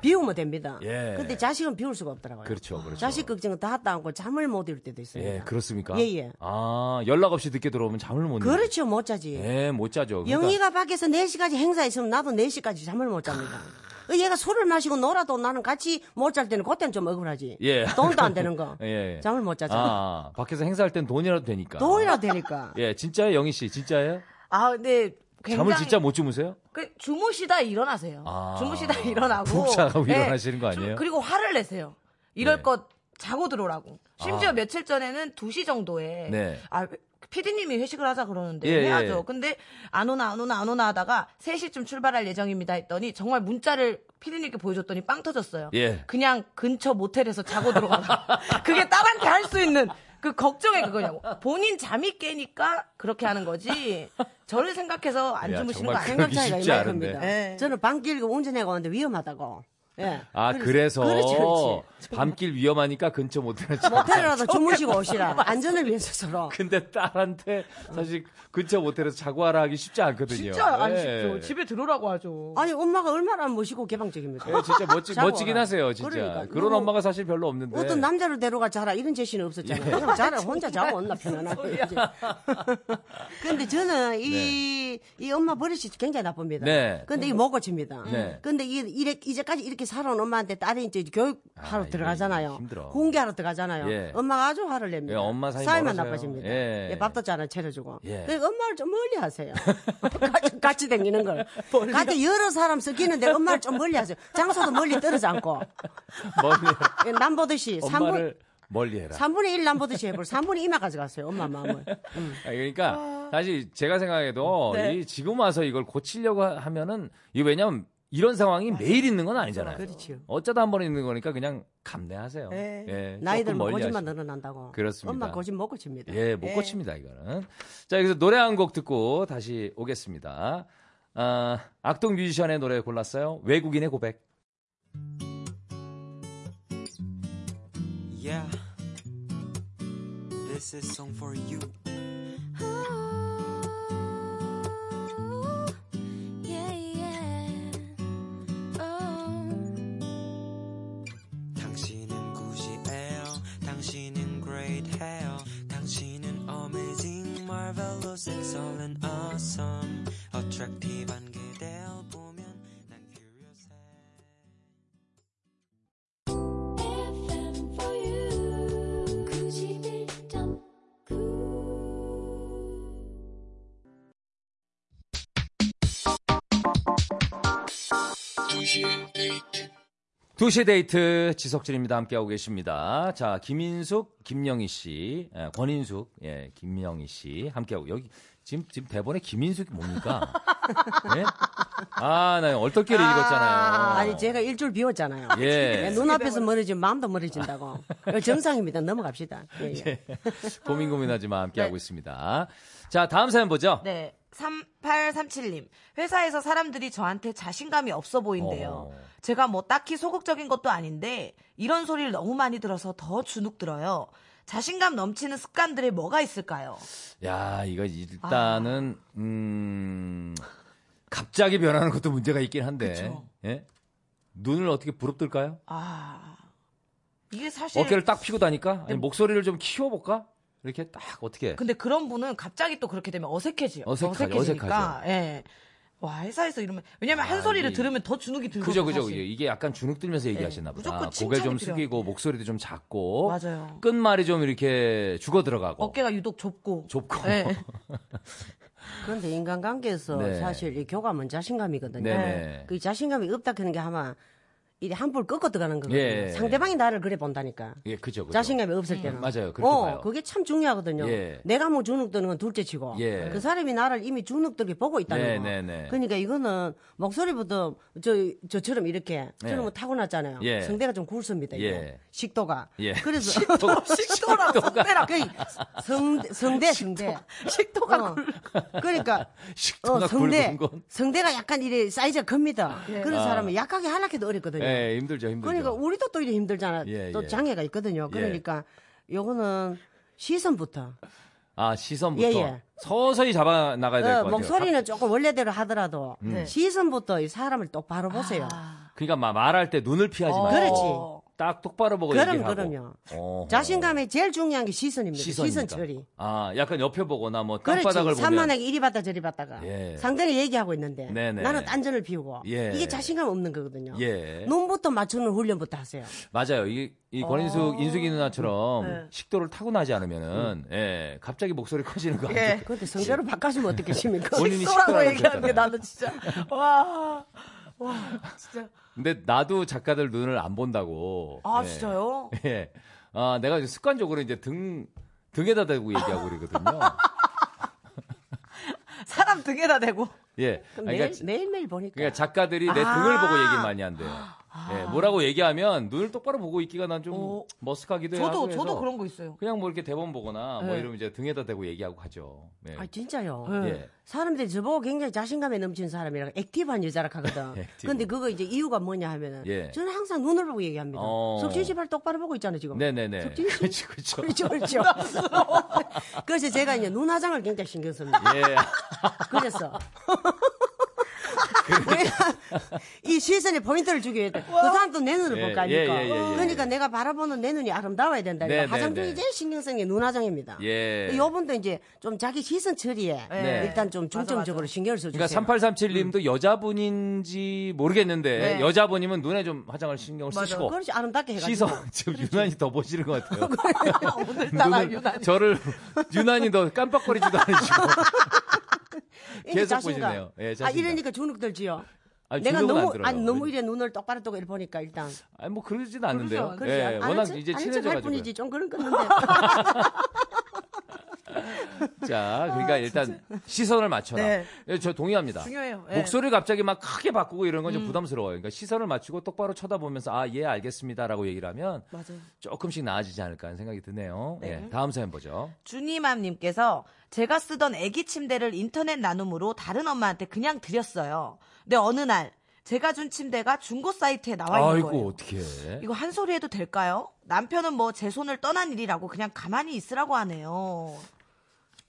[SPEAKER 3] 비우면 됩니다.
[SPEAKER 2] 예.
[SPEAKER 3] 근데 자식은 비울 수가 없더라고요.
[SPEAKER 2] 그렇죠, 그렇죠.
[SPEAKER 3] 자식 걱정은 다 하다 않고 잠을 못 이룰 때도 있습니다.
[SPEAKER 2] 예, 그렇습니까?
[SPEAKER 3] 예, 예.
[SPEAKER 2] 아, 연락 없이 늦게 들어오면 잠을 못
[SPEAKER 3] 그렇죠, 못 자지.
[SPEAKER 2] 예, 못 자죠. 그러니까
[SPEAKER 3] 영희가 밖에서 4시까지 행사 있으면 나도 4시까지 잠을 못
[SPEAKER 2] 아.
[SPEAKER 3] 잡니다. 그 얘가 술을 마시고 놀아도 나는 같이 못 잘 때는 그때는 좀 억울하지.
[SPEAKER 2] 예.
[SPEAKER 3] 돈도 안 되는 거.
[SPEAKER 2] [laughs] 예, 예.
[SPEAKER 3] 잠을 못 자잖아.
[SPEAKER 2] 아, 밖에서 행사할 땐 돈이라도 되니까.
[SPEAKER 3] 돈이라 되니까.
[SPEAKER 2] 예, 진짜예요, 영희 씨. 진짜예요?
[SPEAKER 4] 아, 근데 굉장히
[SPEAKER 2] 잠을 진짜 못 주무세요?
[SPEAKER 4] 그 주무시다 일어나세요.
[SPEAKER 2] 아.
[SPEAKER 4] 주무시다 [laughs] 일어나고 예,
[SPEAKER 2] 푹 자고 일어나시는 거 아니에요?
[SPEAKER 4] 그리고 화를 내세요. 이럴
[SPEAKER 2] 예.
[SPEAKER 4] 것 자고 들어오라고. 심지어 며칠 전에는 2시 정도에
[SPEAKER 2] 아. 네.
[SPEAKER 4] 아 피디님이 회식을 하자 그러는데
[SPEAKER 2] 예,
[SPEAKER 4] 해야죠.
[SPEAKER 2] 예.
[SPEAKER 4] 근데 안 오나 안 오나 안 오나 하다가 3시쯤 출발할 예정입니다 했더니 정말 문자를 피디님께 보여줬더니 빵 터졌어요.
[SPEAKER 2] 예.
[SPEAKER 4] 그냥 근처 모텔에서 자고 들어가라. [laughs] 그게 딸한테 할 수 있는 그 걱정이 그거냐고. 본인 잠이 깨니까 그렇게 하는 거지. 저를 생각해서 안
[SPEAKER 2] 야,
[SPEAKER 4] 주무시는 거
[SPEAKER 2] 정말
[SPEAKER 4] 아니에요?
[SPEAKER 3] 생각
[SPEAKER 2] 그러기
[SPEAKER 3] 차이가
[SPEAKER 2] 쉽지
[SPEAKER 3] 이만큼입니다.
[SPEAKER 4] 않은데. 예.
[SPEAKER 3] 저는 밤 길고 운전해가 왔는데
[SPEAKER 2] [laughs]
[SPEAKER 3] 위험하다고.
[SPEAKER 4] 네.
[SPEAKER 3] 예.
[SPEAKER 2] 아, 그래서
[SPEAKER 3] 그렇죠,
[SPEAKER 2] 밤길 위험하니까 근처 모텔에 자.
[SPEAKER 3] [laughs] 모텔이라도
[SPEAKER 2] 아,
[SPEAKER 3] 주무시고 오시라. 안전을 위해서 서로.
[SPEAKER 2] 근데 딸한테 사실 근처 모텔에서 자고 하라 하기 쉽지 않거든요.
[SPEAKER 4] 진짜 안
[SPEAKER 2] 예.
[SPEAKER 4] 쉽죠. 집에 들어오라고 하죠.
[SPEAKER 3] 아니 엄마가 얼마나 멋있고 개방적입니까?
[SPEAKER 2] 예, 진짜 멋지,
[SPEAKER 3] [laughs] 자고
[SPEAKER 2] 멋지긴
[SPEAKER 3] 와라.
[SPEAKER 2] 하세요, 진짜.
[SPEAKER 3] 그러니까.
[SPEAKER 2] 그런
[SPEAKER 3] 너무
[SPEAKER 2] 엄마가 사실 별로 없는데. [laughs]
[SPEAKER 3] 어떤 남자를 데려가 자라 이런 제시는
[SPEAKER 2] 예.
[SPEAKER 3] 없었잖아요. 그냥 자라 혼자 자고 온나 편안하게. [laughs] 그런데 저는 이, 이 엄마 버릇이 굉장히 나쁩니다.
[SPEAKER 2] 네.
[SPEAKER 3] 근데 이 모고칩니다.
[SPEAKER 2] 네.
[SPEAKER 3] 근데 이, 이래, 이제까지 이렇게 살아온 엄마한테 딸이 이제 교육하러
[SPEAKER 2] 아, 이거
[SPEAKER 3] 들어가잖아요.
[SPEAKER 2] 힘들어.
[SPEAKER 3] 공개하러 들어가잖아요.
[SPEAKER 2] 예.
[SPEAKER 3] 엄마가 아주 화를 냅니다.
[SPEAKER 2] 예, 엄마 사이
[SPEAKER 3] 사이만
[SPEAKER 2] 멀어서요.
[SPEAKER 3] 나빠집니다.
[SPEAKER 2] 예.
[SPEAKER 3] 예, 밥도 잘 안 차려주고.
[SPEAKER 2] 예.
[SPEAKER 3] 그러니까 엄마를 좀
[SPEAKER 2] [laughs]
[SPEAKER 3] 멀리 하세요. [laughs] 같이, 같이 다니는 걸. 같이 여러 사람 섞이는데 엄마를 좀 멀리 하세요. 장소도 멀리 떨어지
[SPEAKER 2] [laughs]
[SPEAKER 3] 않고.
[SPEAKER 2] 멀리,
[SPEAKER 3] 예, 남보듯이
[SPEAKER 2] 엄마를
[SPEAKER 3] 3분,
[SPEAKER 2] 멀리 해라.
[SPEAKER 3] 3분의 1 남보듯이 해볼 3분의 2만 가져갔어요. 엄마 마음을. 음.
[SPEAKER 2] 아, 그러니까 사실 제가 생각해도
[SPEAKER 4] 네.
[SPEAKER 2] 이 지금 와서 이걸 고치려고 하- 하면은 이 왜냐면 이런 상황이 매일 있는 건 아니잖아요.
[SPEAKER 3] 그렇죠.
[SPEAKER 2] 어쩌다 한 번 있는 거니까 그냥 감내하세요.
[SPEAKER 4] 네.
[SPEAKER 2] 예,
[SPEAKER 3] 나이
[SPEAKER 2] 조금
[SPEAKER 3] 들면
[SPEAKER 2] 멀리
[SPEAKER 3] 고집만
[SPEAKER 2] 하시고.
[SPEAKER 3] 늘어난다고.
[SPEAKER 2] 그렇습니다.
[SPEAKER 3] 엄마 고집 못 고칩니다.
[SPEAKER 2] 예, 못
[SPEAKER 4] 예.
[SPEAKER 2] 고칩니다 이거는. 자, 여기서 노래 한 곡 듣고 다시 오겠습니다. 아, 악동 뮤지션의 노래 골랐어요. 외국인의 고백.
[SPEAKER 1] Yeah. This is song for you.
[SPEAKER 5] Ooh, yeah, yeah. Oh.
[SPEAKER 1] 당신은 굳이 L, 당신은 great hell, 당신은 amazing, marvelous, excellent, awesome, attractive한 그댈 보면 난 curious.
[SPEAKER 5] FM for you. 그 91.9.
[SPEAKER 2] 두시 데이트 지석진입니다. 함께하고 계십니다. 자, 김인숙, 김영희 씨, 예, 권인숙, 예, 김영희 씨 함께하고 여기 지금 지금 대본에 김인숙이 뭡니까? 예? 아, 나 얼떨결에 읽었잖아요.
[SPEAKER 3] 아니 제가 일주일 비웠잖아요.
[SPEAKER 2] 예.
[SPEAKER 3] 예, 눈앞에서 멀어지면 마음도 멀어진다고. 이거 정상입니다. 넘어갑시다. 예, 예.
[SPEAKER 2] 고민 고민하지만 함께하고 있습니다. 자, 다음 사연 보죠.
[SPEAKER 4] 네. 3837님. 회사에서 사람들이 저한테 자신감이 없어 보인대요.
[SPEAKER 2] 어.
[SPEAKER 4] 제가 뭐 딱히 소극적인 것도 아닌데 이런 소리를 너무 많이 들어서 더 주눅 들어요. 자신감 넘치는 습관들이 뭐가 있을까요?
[SPEAKER 2] 야, 이거 일단은 음 갑자기 변하는 것도 문제가 있긴 한데. 예? 눈을 어떻게 부릅뜰까요?
[SPEAKER 4] 아. 이게 사실
[SPEAKER 2] 어깨를 딱 피고 다니까?
[SPEAKER 3] 네.
[SPEAKER 2] 아니, 목소리를 좀 키워볼까? 이렇게 딱 어떻게?
[SPEAKER 4] 근데 그런 분은 갑자기 또 그렇게 되면 어색해져요.
[SPEAKER 2] 어색하죠,
[SPEAKER 4] 어색해지니까. 예. 와, 회사에서 이러면 왜냐면 한
[SPEAKER 2] 아,
[SPEAKER 4] 소리를
[SPEAKER 2] 이-
[SPEAKER 4] 들으면 더 주눅이 들고
[SPEAKER 2] 그죠, 그죠, 그죠. 이게 약간 주눅
[SPEAKER 3] 네,
[SPEAKER 2] 들면서 얘기하시나 보다.
[SPEAKER 4] 무조건
[SPEAKER 2] 고개 좀
[SPEAKER 4] 칭찬이
[SPEAKER 2] 숙이고 목소리도 좀 작고.
[SPEAKER 4] 맞아요.
[SPEAKER 2] 끝말이 좀 이렇게 죽어 들어가고.
[SPEAKER 4] 어깨가 유독 좁고
[SPEAKER 2] 좁고. [laughs]
[SPEAKER 4] 예.
[SPEAKER 3] 그런데 인간관계에서
[SPEAKER 2] 네.
[SPEAKER 3] 사실 이 교감은 자신감이거든요.
[SPEAKER 2] 네네.
[SPEAKER 3] 그 자신감이 없다 하는 게 아마 이게 한불 꺾어 들어가는 거거든요.
[SPEAKER 2] 예.
[SPEAKER 3] 상대방이 나를 그래 본다니까.
[SPEAKER 2] 예, 그죠, 그죠.
[SPEAKER 3] 자신감이 없을 때는
[SPEAKER 2] 맞아요. 그렇게
[SPEAKER 3] 어,
[SPEAKER 2] 봐요.
[SPEAKER 3] 그게 참 중요하거든요.
[SPEAKER 2] 예.
[SPEAKER 3] 내가 뭐 주눅 드는 건 둘째치고
[SPEAKER 2] 예.
[SPEAKER 3] 그 사람이 나를 이미 주눅 들게 보고 있다는
[SPEAKER 2] 네,
[SPEAKER 3] 거.
[SPEAKER 2] 네, 네.
[SPEAKER 3] 그러니까 이거는 목소리부터 저 저처럼 이렇게
[SPEAKER 2] 예.
[SPEAKER 3] 저는 뭐 타고났잖아요.
[SPEAKER 2] 예.
[SPEAKER 3] 성대가 좀 굵습니다. 이게.
[SPEAKER 2] 예.
[SPEAKER 3] 식도가.
[SPEAKER 2] 예. [laughs]
[SPEAKER 3] 그래서 [laughs]
[SPEAKER 4] 식도랑 성대랑
[SPEAKER 3] 그 성대 성대 성대.
[SPEAKER 4] 식도가
[SPEAKER 3] 어.
[SPEAKER 2] [laughs]
[SPEAKER 3] 그러니까
[SPEAKER 2] [laughs] 식도가
[SPEAKER 3] 어, 성대
[SPEAKER 2] 굵은 건.
[SPEAKER 3] 성대가 약간 이래 사이즈가 큽니다. 그런
[SPEAKER 2] 아.
[SPEAKER 3] 사람은 약하게 하락해도 어렵거든요.
[SPEAKER 2] 예, 힘들죠, 힘들죠.
[SPEAKER 3] 그러니까 우리도 또 이래 힘들잖아.
[SPEAKER 2] 예,
[SPEAKER 3] 또
[SPEAKER 2] 예.
[SPEAKER 3] 장애가 있거든요. 그러니까 요거는 시선부터
[SPEAKER 2] 아, 시선부터.
[SPEAKER 3] 예, 예.
[SPEAKER 2] 서서히 잡아 나가야 될 것
[SPEAKER 3] 어,
[SPEAKER 2] 같아요. 음.
[SPEAKER 3] 목소리는 조금 원래대로 하더라도
[SPEAKER 4] 네.
[SPEAKER 3] 시선부터 이 사람을 똑바로 보세요.
[SPEAKER 2] 그러니까 마- 말할 때 눈을 피하지
[SPEAKER 4] 어.
[SPEAKER 2] 말고.
[SPEAKER 3] 그렇지.
[SPEAKER 2] 딱 똑바로 보고
[SPEAKER 3] 그럼,
[SPEAKER 2] 얘기하고.
[SPEAKER 3] 그럼요.
[SPEAKER 2] 어허.
[SPEAKER 3] 자신감이 제일 중요한 게 시선입니다.
[SPEAKER 2] 시선이니까.
[SPEAKER 3] 시선 처리.
[SPEAKER 2] 아, 약간 옆에 보거나 뭐 땅바닥을
[SPEAKER 3] 그렇지.
[SPEAKER 2] 보면
[SPEAKER 3] 산만하게 이리 봤다 저리 봤다가
[SPEAKER 2] 예.
[SPEAKER 3] 상대는 얘기하고 있는데
[SPEAKER 2] 네네.
[SPEAKER 3] 나는 딴전을 피우고
[SPEAKER 2] 예.
[SPEAKER 3] 이게 자신감 없는 거거든요.
[SPEAKER 2] 예.
[SPEAKER 3] 눈부터 맞추는 훈련부터 하세요.
[SPEAKER 2] 맞아요. 이, 이
[SPEAKER 4] 어.
[SPEAKER 2] 권인숙 인숙이 누나처럼
[SPEAKER 4] 네.
[SPEAKER 2] 식도를 타고나지 않으면은 예, 갑자기 목소리 커지는 거
[SPEAKER 4] 음. 예.
[SPEAKER 2] 같아요.
[SPEAKER 3] 그런데 성대로 바꿔주면
[SPEAKER 2] [laughs]
[SPEAKER 3] 어떻겠습니까? [laughs]
[SPEAKER 2] 본인이
[SPEAKER 4] 식도라고
[SPEAKER 2] 식도라고
[SPEAKER 4] 얘기하는 게
[SPEAKER 2] 그랬잖아요.
[SPEAKER 4] 나는 진짜 와. 와, 진짜.
[SPEAKER 2] 근데 나도 작가들 눈을 안 본다고.
[SPEAKER 4] 아,
[SPEAKER 2] 예.
[SPEAKER 4] 진짜요?
[SPEAKER 2] 예. 아, 내가 이제 습관적으로 이제 등 등에다 대고 얘기하고 그러거든요.
[SPEAKER 4] 사람 등에다 대고. [laughs]
[SPEAKER 2] 예. 아,
[SPEAKER 3] 그럼 매일, 매일매일 보니까.
[SPEAKER 2] 그러니까 작가들이 내
[SPEAKER 4] 아.
[SPEAKER 2] 등을 보고 얘기 많이 한대요. 예, 뭐라고 얘기하면 눈을 똑바로 보고 있기가 난 좀
[SPEAKER 4] 오.
[SPEAKER 2] 머쓱하기도 해요.
[SPEAKER 4] 어. 저도 저도 그런 거 있어요.
[SPEAKER 2] 그냥 뭐 이렇게 대본 보거나 뭐
[SPEAKER 4] 네.
[SPEAKER 2] 이러면 이제 등에다 대고 얘기하고 가죠. 예.
[SPEAKER 3] 아, 진짜요?
[SPEAKER 4] 네.
[SPEAKER 2] 예.
[SPEAKER 3] 사람들이 저보고 굉장히 자신감에 넘치는 사람이라 액티브한 여자라 하거든.
[SPEAKER 2] [laughs] 액티브.
[SPEAKER 3] 근데 그거 이제 이유가 뭐냐 하면은
[SPEAKER 2] 예.
[SPEAKER 3] 저는 항상 눈을 보고 얘기합니다.
[SPEAKER 2] 어.
[SPEAKER 3] 석진 씨발 똑바로 보고 있잖아요, 지금.
[SPEAKER 2] 네네네.
[SPEAKER 3] 석진 씨.
[SPEAKER 2] 그렇죠, 그렇죠. [laughs]
[SPEAKER 3] [laughs] 그렇죠, 그렇죠. 그래서 제가 이제 눈 화장을 굉장히 신경 씁니다.
[SPEAKER 2] 예. [laughs]
[SPEAKER 3] 그래서. 왜냐, 이 시선의 포인트를 주기 위해 그 사람도 내 눈을
[SPEAKER 2] 예,
[SPEAKER 3] 볼 거 아닙니까?
[SPEAKER 2] 예, 예, 예, 예.
[SPEAKER 3] 그러니까 내가 바라보는 내 눈이 아름다워야 된다.
[SPEAKER 2] 네, 네,
[SPEAKER 3] 화장 중에
[SPEAKER 2] 네.
[SPEAKER 3] 제일 신경 쓰는 게 눈 화장입니다.
[SPEAKER 4] 그
[SPEAKER 2] 예.
[SPEAKER 3] 요분도 이제 좀 자기 시선 처리에
[SPEAKER 4] 네.
[SPEAKER 3] 일단 좀
[SPEAKER 4] 맞아,
[SPEAKER 3] 중점적으로
[SPEAKER 4] 맞아.
[SPEAKER 3] 신경을 써주세요. 음.
[SPEAKER 2] 그러니까 3837님도 여자분인지 모르겠는데
[SPEAKER 4] 네.
[SPEAKER 2] 여자분이면 눈에 좀 화장을 신경을 쓰시고
[SPEAKER 3] 그렇지 아름답게 해가지고
[SPEAKER 2] 시선 지금 유난히 더 보시는 것
[SPEAKER 3] [laughs]
[SPEAKER 2] 같아요.
[SPEAKER 4] 오늘따라
[SPEAKER 2] 눈을-
[SPEAKER 4] 유난히.
[SPEAKER 2] 저를 유난히 더 깜빡거리지도 않으시고
[SPEAKER 3] [laughs] 이게
[SPEAKER 2] 계속
[SPEAKER 3] 자신감.
[SPEAKER 2] 보시네요. 예,
[SPEAKER 3] 아
[SPEAKER 2] 자신감.
[SPEAKER 3] 이러니까 주눅 들지요.
[SPEAKER 2] 아니,
[SPEAKER 3] 내가
[SPEAKER 2] 주눅은 안
[SPEAKER 3] 너무
[SPEAKER 2] 들어요.
[SPEAKER 3] 아니 너무
[SPEAKER 2] 왜-
[SPEAKER 3] 이래 눈을 똑바로 뜨고 이래 보니까 일단
[SPEAKER 2] 아니 뭐 그러진 않는데요.
[SPEAKER 3] 그렇죠.
[SPEAKER 2] 예,
[SPEAKER 3] 아는
[SPEAKER 2] 워낙
[SPEAKER 3] 척-
[SPEAKER 2] 이제
[SPEAKER 3] 아는 척할
[SPEAKER 2] 친해져가지고.
[SPEAKER 3] 뿐이지 좀 그런
[SPEAKER 2] [laughs]
[SPEAKER 3] 건데
[SPEAKER 2] 자, 그러니까 일단 시선을 맞춰라.
[SPEAKER 4] 아, 네.
[SPEAKER 2] 예, 저 동의합니다.
[SPEAKER 4] 중요해요. 예. 음.
[SPEAKER 2] 목소리를 갑자기 막 크게 바꾸고 이런 건 좀 부담스러워요. 그러니까 시선을 맞추고 똑바로 쳐다보면서 아, 예, 알겠습니다라고 얘기를 하면
[SPEAKER 4] 맞아요.
[SPEAKER 2] 조금씩 나아지지 않을까 하는 생각이 드네요. 예, 다음 사연 보죠.
[SPEAKER 4] 주니맘님께서 제가 쓰던 아기 침대를 인터넷 나눔으로 다른 엄마한테 그냥 드렸어요. 근데 어느 날 제가 준 침대가 중고 사이트에 나와 있는
[SPEAKER 2] 아이고,
[SPEAKER 4] 거예요.
[SPEAKER 2] 어떻게.
[SPEAKER 4] 이거 한 소리 해도 될까요? 남편은 뭐 제 손을 떠난 일이라고 그냥 가만히 있으라고 하네요.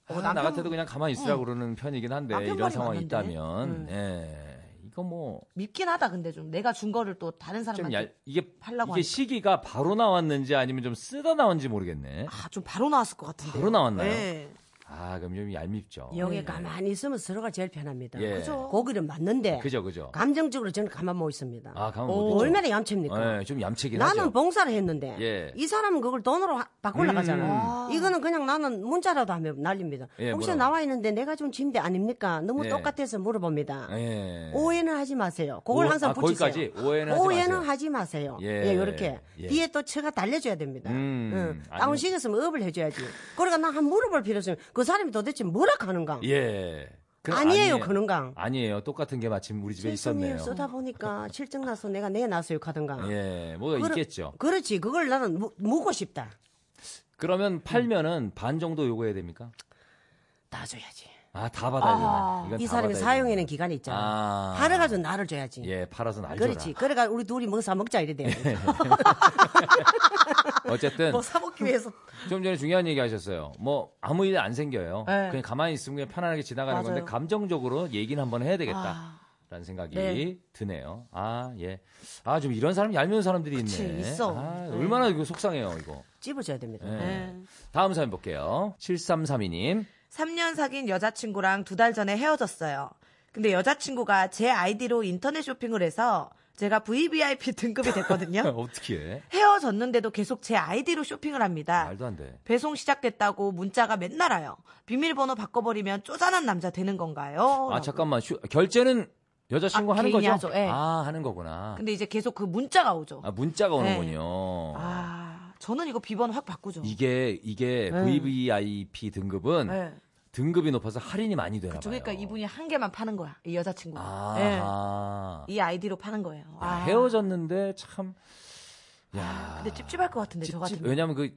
[SPEAKER 2] 아, 나 같아도 그냥 가만히 있으라고 그러는 편이긴 한데
[SPEAKER 4] 어. 남편
[SPEAKER 2] 이런
[SPEAKER 4] 말이
[SPEAKER 2] 상황이
[SPEAKER 4] 맞는데. 음.
[SPEAKER 2] 있다면 예. 이거 뭐
[SPEAKER 4] 밉긴 하다 근데 좀 내가 준 거를 또 다른
[SPEAKER 2] 좀
[SPEAKER 4] 사람한테
[SPEAKER 2] 얇, 이게 이게
[SPEAKER 4] 팔라고 하니까.
[SPEAKER 2] 시기가 바로 나왔는지 아니면 좀 쓰다 나왔는지 모르겠네.
[SPEAKER 4] 아, 좀 바로 나왔을 것 같은데.
[SPEAKER 2] 바로 나왔나요?
[SPEAKER 4] 네.
[SPEAKER 2] 아, 그럼 좀 얄밉죠.
[SPEAKER 3] 여기 가만히 있으면 서로가 제일 편합니다.
[SPEAKER 2] 예.
[SPEAKER 4] 그죠.
[SPEAKER 3] 고기는 맞는데
[SPEAKER 2] 그죠, 그죠.
[SPEAKER 3] 감정적으로 저는 가만 못 있습니다.
[SPEAKER 2] 아, 가만 못
[SPEAKER 3] 오,
[SPEAKER 2] 있죠.
[SPEAKER 3] 얼마나 얌체입니까?
[SPEAKER 2] 예, 좀 얌체긴
[SPEAKER 3] 나는 뭐
[SPEAKER 2] 하죠.
[SPEAKER 3] 봉사를 했는데
[SPEAKER 2] 예. 음.
[SPEAKER 3] 이 사람은 그걸 돈으로 하- 바꾸려고 하잖아. 이거는 그냥 나는 문자라도 하면 날립니다.
[SPEAKER 2] 예,
[SPEAKER 3] 혹시
[SPEAKER 2] 뭐라고?
[SPEAKER 3] 나와 있는데 내가 준 침대 아닙니까? 너무
[SPEAKER 2] 예.
[SPEAKER 3] 똑같아서 물어봅니다.
[SPEAKER 2] 예.
[SPEAKER 3] 오해는 하지 마세요. 그걸
[SPEAKER 2] 오- 아,
[SPEAKER 3] 항상 붙이세요.
[SPEAKER 2] 거기까지? 오해는 하지 마세요.
[SPEAKER 3] 하지 마세요.
[SPEAKER 2] 예.
[SPEAKER 3] 예, 이렇게
[SPEAKER 2] 예.
[SPEAKER 3] 뒤에 또 처가 달려줘야 됩니다.
[SPEAKER 2] 음.
[SPEAKER 3] 응.
[SPEAKER 2] 아니면-
[SPEAKER 3] 다운시켰으면 업을 해줘야지. 그러니까 나 한번 물어볼 필요 없으면 그 사람이 도대체 뭐라 하는가?
[SPEAKER 2] 예. 그-
[SPEAKER 3] 아니에요, 그런가?
[SPEAKER 2] 아니에요. 똑같은 게 마침 우리 집에
[SPEAKER 3] 실성이에요.
[SPEAKER 2] 있었네요.
[SPEAKER 3] 쓰다 보니까 실증 나서 내가 내 나서 욕하던가.
[SPEAKER 2] 예. 뭐가
[SPEAKER 3] 그러-
[SPEAKER 2] 있겠죠.
[SPEAKER 3] 그렇지. 그걸 나는 무, 묻고 싶다.
[SPEAKER 2] 그러면 팔면은 반 정도 요구해야 됩니까?
[SPEAKER 3] 다 줘야지.
[SPEAKER 2] 아, 다 받아야 되나? 이건
[SPEAKER 3] 이
[SPEAKER 2] 다
[SPEAKER 3] 사람이
[SPEAKER 2] 받아야
[SPEAKER 3] 사용해는
[SPEAKER 2] 되나?
[SPEAKER 3] 기간이 있잖아.
[SPEAKER 2] 아.
[SPEAKER 3] 팔아가지고 나를 줘야지.
[SPEAKER 2] 예, 팔아서 날 줘라.
[SPEAKER 3] 그렇지. 그러니까 우리 둘이 뭐 사 먹자 이래 돼요.
[SPEAKER 2] [laughs] 어쨌든
[SPEAKER 4] 뭐 사먹기 위해서.
[SPEAKER 2] 좀 전에 중요한 얘기 하셨어요. 뭐 아무 일 안 생겨요.
[SPEAKER 4] 네.
[SPEAKER 2] 그냥 가만히 있으면 그냥 편안하게 지나가는
[SPEAKER 4] 맞아요. 아.
[SPEAKER 2] 건데 감정적으로 얘기는 한번 해야 되겠다. 라는 생각이
[SPEAKER 4] 네.
[SPEAKER 2] 드네요. 아, 예. 아, 좀 이런 사람 얄미운 사람들이 있네.
[SPEAKER 4] 있어.
[SPEAKER 2] 아,
[SPEAKER 4] 네.
[SPEAKER 2] 얼마나 이거 속상해요, 이거.
[SPEAKER 3] 찝어줘야 됩니다.
[SPEAKER 2] 예. 다음 사연 볼게요. 7332님.
[SPEAKER 4] 3년 사귄 여자친구랑 두 달 전에 헤어졌어요. 근데 여자친구가 제 아이디로 인터넷 쇼핑을 해서 제가 VVIP [laughs] 등급이 됐거든요.
[SPEAKER 2] 네? [laughs] 어떻게 해?
[SPEAKER 4] 헤어졌는데도 계속 제 아이디로 쇼핑을 합니다.
[SPEAKER 2] 말도 안 돼.
[SPEAKER 4] 배송 시작됐다고 문자가 맨날 와요. 비밀번호 바꿔버리면 쪼잔한 남자 되는 건가요?
[SPEAKER 2] 아,
[SPEAKER 4] 라고.
[SPEAKER 2] 잠깐만. 슈- 결제는 여자친구
[SPEAKER 4] 어, 아,
[SPEAKER 2] 하는
[SPEAKER 4] 개인이
[SPEAKER 2] 거죠?
[SPEAKER 4] 하죠, 예.
[SPEAKER 2] 아, 하는 거구나.
[SPEAKER 4] 근데 이제 계속 그 문자가 오죠.
[SPEAKER 2] 아, 문자가
[SPEAKER 4] 네.
[SPEAKER 2] 오는군요.
[SPEAKER 4] 아, 저는 이거 비번 확 바꾸죠.
[SPEAKER 2] 이게 이게 VVIP 등급은
[SPEAKER 4] 네.
[SPEAKER 2] 등급이 높아서 할인이 많이 되나 봐요.
[SPEAKER 4] 그러니까 이분이 한 개만 파는 거야. 이 여자친구가.
[SPEAKER 2] 아.
[SPEAKER 4] 예. 이 아이디로 파는 거예요. 아.
[SPEAKER 2] 헤어졌는데 참. 야.
[SPEAKER 4] 근데 찝찝할 것 같은데 저 같은.
[SPEAKER 2] 왜냐면 그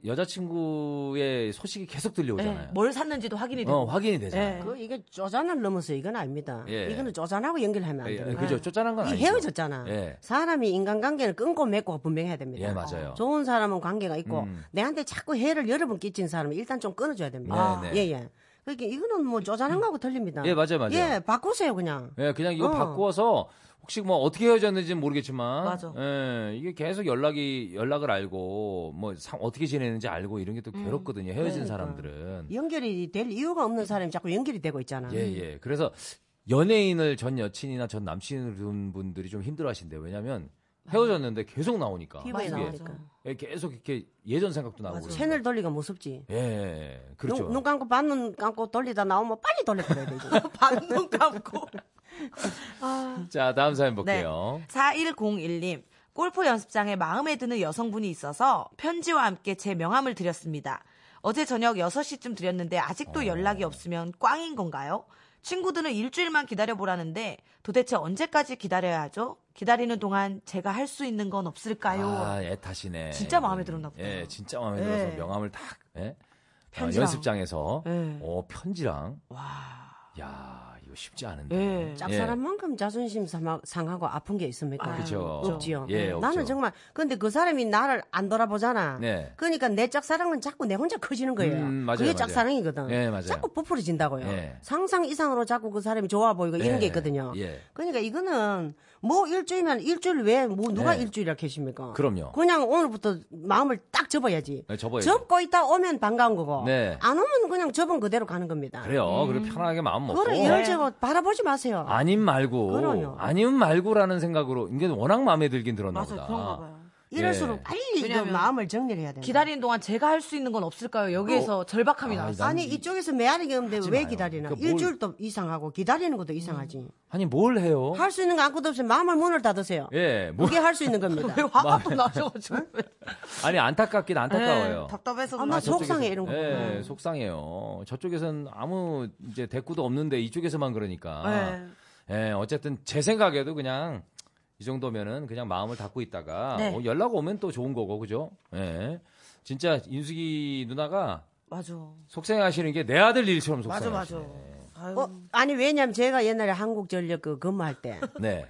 [SPEAKER 2] 여자친구의 소식이 계속 들려오잖아요.
[SPEAKER 4] 네, 뭘 샀는지도 확인이 되고.
[SPEAKER 2] 어, 확인이 되잖아요.
[SPEAKER 4] 예.
[SPEAKER 3] 그 이게 쪼잔을 넘어서 이건 아닙니다.
[SPEAKER 2] 예.
[SPEAKER 3] 이거는 쪼잔하고 연결하면 안
[SPEAKER 2] 예,
[SPEAKER 3] 됩니다.
[SPEAKER 2] 그죠. 쪼잔한 건
[SPEAKER 3] 이
[SPEAKER 2] 아니죠.
[SPEAKER 3] 헤어졌잖아.
[SPEAKER 2] 예.
[SPEAKER 3] 사람이 인간관계는 끊고 맺고 분명해야 됩니다.
[SPEAKER 2] 예, 맞아요. 음.
[SPEAKER 3] 좋은 사람은 관계가 있고 내한테 자꾸 해를 여러 번 끼친 사람은 일단 좀 끊어줘야 됩니다.
[SPEAKER 2] 네,
[SPEAKER 3] 예예.
[SPEAKER 2] 네.
[SPEAKER 3] 그러니까 이거는 뭐 쪼잔한 거하고 틀립니다.
[SPEAKER 2] 예, 맞아요, 맞아요.
[SPEAKER 3] 예, 바꾸세요 그냥.
[SPEAKER 2] 예, 그냥 이거
[SPEAKER 3] 어.
[SPEAKER 2] 바꾸어서 혹시 뭐 어떻게 헤어졌는지는 모르겠지만,
[SPEAKER 4] 맞아.
[SPEAKER 2] 예, 이게 계속 연락이 연락을 알고 뭐 상, 어떻게 지내는지 알고 이런 게 또
[SPEAKER 4] 음.
[SPEAKER 2] 괴롭거든요.
[SPEAKER 4] 그러니까.
[SPEAKER 2] 헤어진 사람들은.
[SPEAKER 3] 연결이 될 이유가 없는 사람이 자꾸 연결이 되고 있잖아.
[SPEAKER 2] 예, 예. 그래서 연예인을 전 여친이나 전 남친을 둔 분들이 좀 힘들어하신대요. 왜냐면 헤어졌는데 계속 나오니까.
[SPEAKER 3] TV에
[SPEAKER 2] 이게.
[SPEAKER 3] 음. 나오니까
[SPEAKER 2] 예, 계속 이렇게 예전 생각도 나고. 그러고.
[SPEAKER 3] 채널 돌리기가 무섭지.
[SPEAKER 2] 예, 예, 예. 그러니까. 그렇죠.
[SPEAKER 3] 눈, 눈 감고 반눈 감고 돌리다 나오면 빨리 돌려버려야 돼.
[SPEAKER 2] [laughs]
[SPEAKER 4] [laughs]
[SPEAKER 3] 이거.
[SPEAKER 4] 반눈 감고.
[SPEAKER 2] 자, 다음 사연 볼게요.
[SPEAKER 3] 네.
[SPEAKER 4] 4101님. 골프 연습장에 마음에 드는 여성분이 있어서 편지와 함께 제 명함을 드렸습니다. 어제 저녁 6시쯤 드렸는데 아직도
[SPEAKER 2] 어.
[SPEAKER 4] 연락이 없으면 꽝인 건가요? 친구들은 일주일만 기다려보라는데 도대체 언제까지 기다려야 하죠? 기다리는 동안 제가 할 수 있는 건 없을까요?
[SPEAKER 2] 아, 애타시네.
[SPEAKER 4] 진짜 마음에 들었나 보다.
[SPEAKER 2] 예, 진짜 마음에
[SPEAKER 4] 예.
[SPEAKER 2] 들어서 명함을 딱 예? 아,
[SPEAKER 4] 편지랑.
[SPEAKER 2] 연습장에서
[SPEAKER 4] 예.
[SPEAKER 2] 어, 편지랑
[SPEAKER 4] 와.
[SPEAKER 2] 야, 이거 쉽지 않은데.
[SPEAKER 4] 예.
[SPEAKER 3] 짝사람만큼 자존심 삼하- 상하고 아픈 게 있습니까?
[SPEAKER 4] 아유,
[SPEAKER 2] 그죠.
[SPEAKER 3] 없지요.
[SPEAKER 2] 예, 없죠.
[SPEAKER 3] 나는 정말 근데 그 사람이 나를 안 돌아보잖아.
[SPEAKER 2] 네.
[SPEAKER 3] 그러니까 내 짝사랑은 자꾸 내 혼자 커지는 거예요.
[SPEAKER 2] 음, 맞아요,
[SPEAKER 3] 그게
[SPEAKER 2] 맞아요.
[SPEAKER 3] 짝사랑이거든.
[SPEAKER 2] 예, 맞아요.
[SPEAKER 3] 자꾸 부풀어진다고요.
[SPEAKER 2] 예.
[SPEAKER 3] 상상 이상으로 자꾸 그 사람이 좋아 보이고 이런
[SPEAKER 2] 예,
[SPEAKER 3] 게 있거든요.
[SPEAKER 2] 예.
[SPEAKER 3] 그러니까 이거는 뭐 일주일이면 일주일 외에 뭐 누가
[SPEAKER 2] 네.
[SPEAKER 3] 일주일이라 계십니까?
[SPEAKER 2] 그럼요.
[SPEAKER 3] 그냥 오늘부터 마음을 딱 접어야지.
[SPEAKER 2] 네, 접어야죠.
[SPEAKER 3] 접고 있다 오면 반가운 거고
[SPEAKER 2] 네.
[SPEAKER 3] 안 오면 그냥 접은 그대로 가는 겁니다.
[SPEAKER 2] 그래요. 그리고 편하게 마음 먹고.
[SPEAKER 3] 그걸
[SPEAKER 4] 네.
[SPEAKER 3] 열제고 바라보지 마세요.
[SPEAKER 2] 아님 말고.
[SPEAKER 3] 그럼요.
[SPEAKER 2] 아님 말고라는 생각으로 이게 워낙 마음에 들긴 들었나
[SPEAKER 4] 맞아,
[SPEAKER 2] 보다.
[SPEAKER 4] 그런가 봐요.
[SPEAKER 3] 이럴수록
[SPEAKER 2] 예.
[SPEAKER 3] 빨리 그
[SPEAKER 4] 왜냐면
[SPEAKER 3] 마음을 정리를 해야 돼요.
[SPEAKER 4] 기다리는 동안 제가 할 수 있는 건 없을까요? 여기에서 절박함이
[SPEAKER 2] 아,
[SPEAKER 4] 나왔어요.
[SPEAKER 2] 난
[SPEAKER 3] 아니
[SPEAKER 2] 이-
[SPEAKER 3] 이쪽에서 메아리 게 없는데 왜
[SPEAKER 2] 마요.
[SPEAKER 3] 기다리나?
[SPEAKER 2] 그러니까 뭘- 음.
[SPEAKER 3] 일주일도 이상하고 기다리는 것도 이상하지.
[SPEAKER 2] 아니 뭘 해요?
[SPEAKER 3] 할 수 있는 거 아무것도 없으면 마음을 문을 닫으세요.
[SPEAKER 2] 어? 예. 뭐
[SPEAKER 3] 그게 할 수 있는 겁니다.
[SPEAKER 4] 왜 화가 또 나셔가지고.
[SPEAKER 2] 네? 아니 안타깝긴 안타까워요.
[SPEAKER 4] 네, 답답해서
[SPEAKER 3] 아마
[SPEAKER 4] 그러지.
[SPEAKER 3] 속상해 이런 거. 어.
[SPEAKER 2] 예, 속상해요. 저쪽에선 아무 이제 대꾸도 없는데 이쪽에서만
[SPEAKER 4] 네.
[SPEAKER 2] 그러니까. 예, 어쨌든 제 생각에도 그냥 이 정도면은 그냥 마음을 닫고 있다가
[SPEAKER 4] 네.
[SPEAKER 2] 어, 연락 오면 또 좋은 거고 그죠? 예. 진짜 인숙이 누나가
[SPEAKER 4] 맞아.
[SPEAKER 2] 속상해하시는 게 내 아들 일처럼
[SPEAKER 4] 맞아,
[SPEAKER 2] 속상해.
[SPEAKER 4] 맞아. 아유.
[SPEAKER 3] 어, 아니 왜냐면 제가 옛날에 한국전력 그 근무할 때
[SPEAKER 2] 네.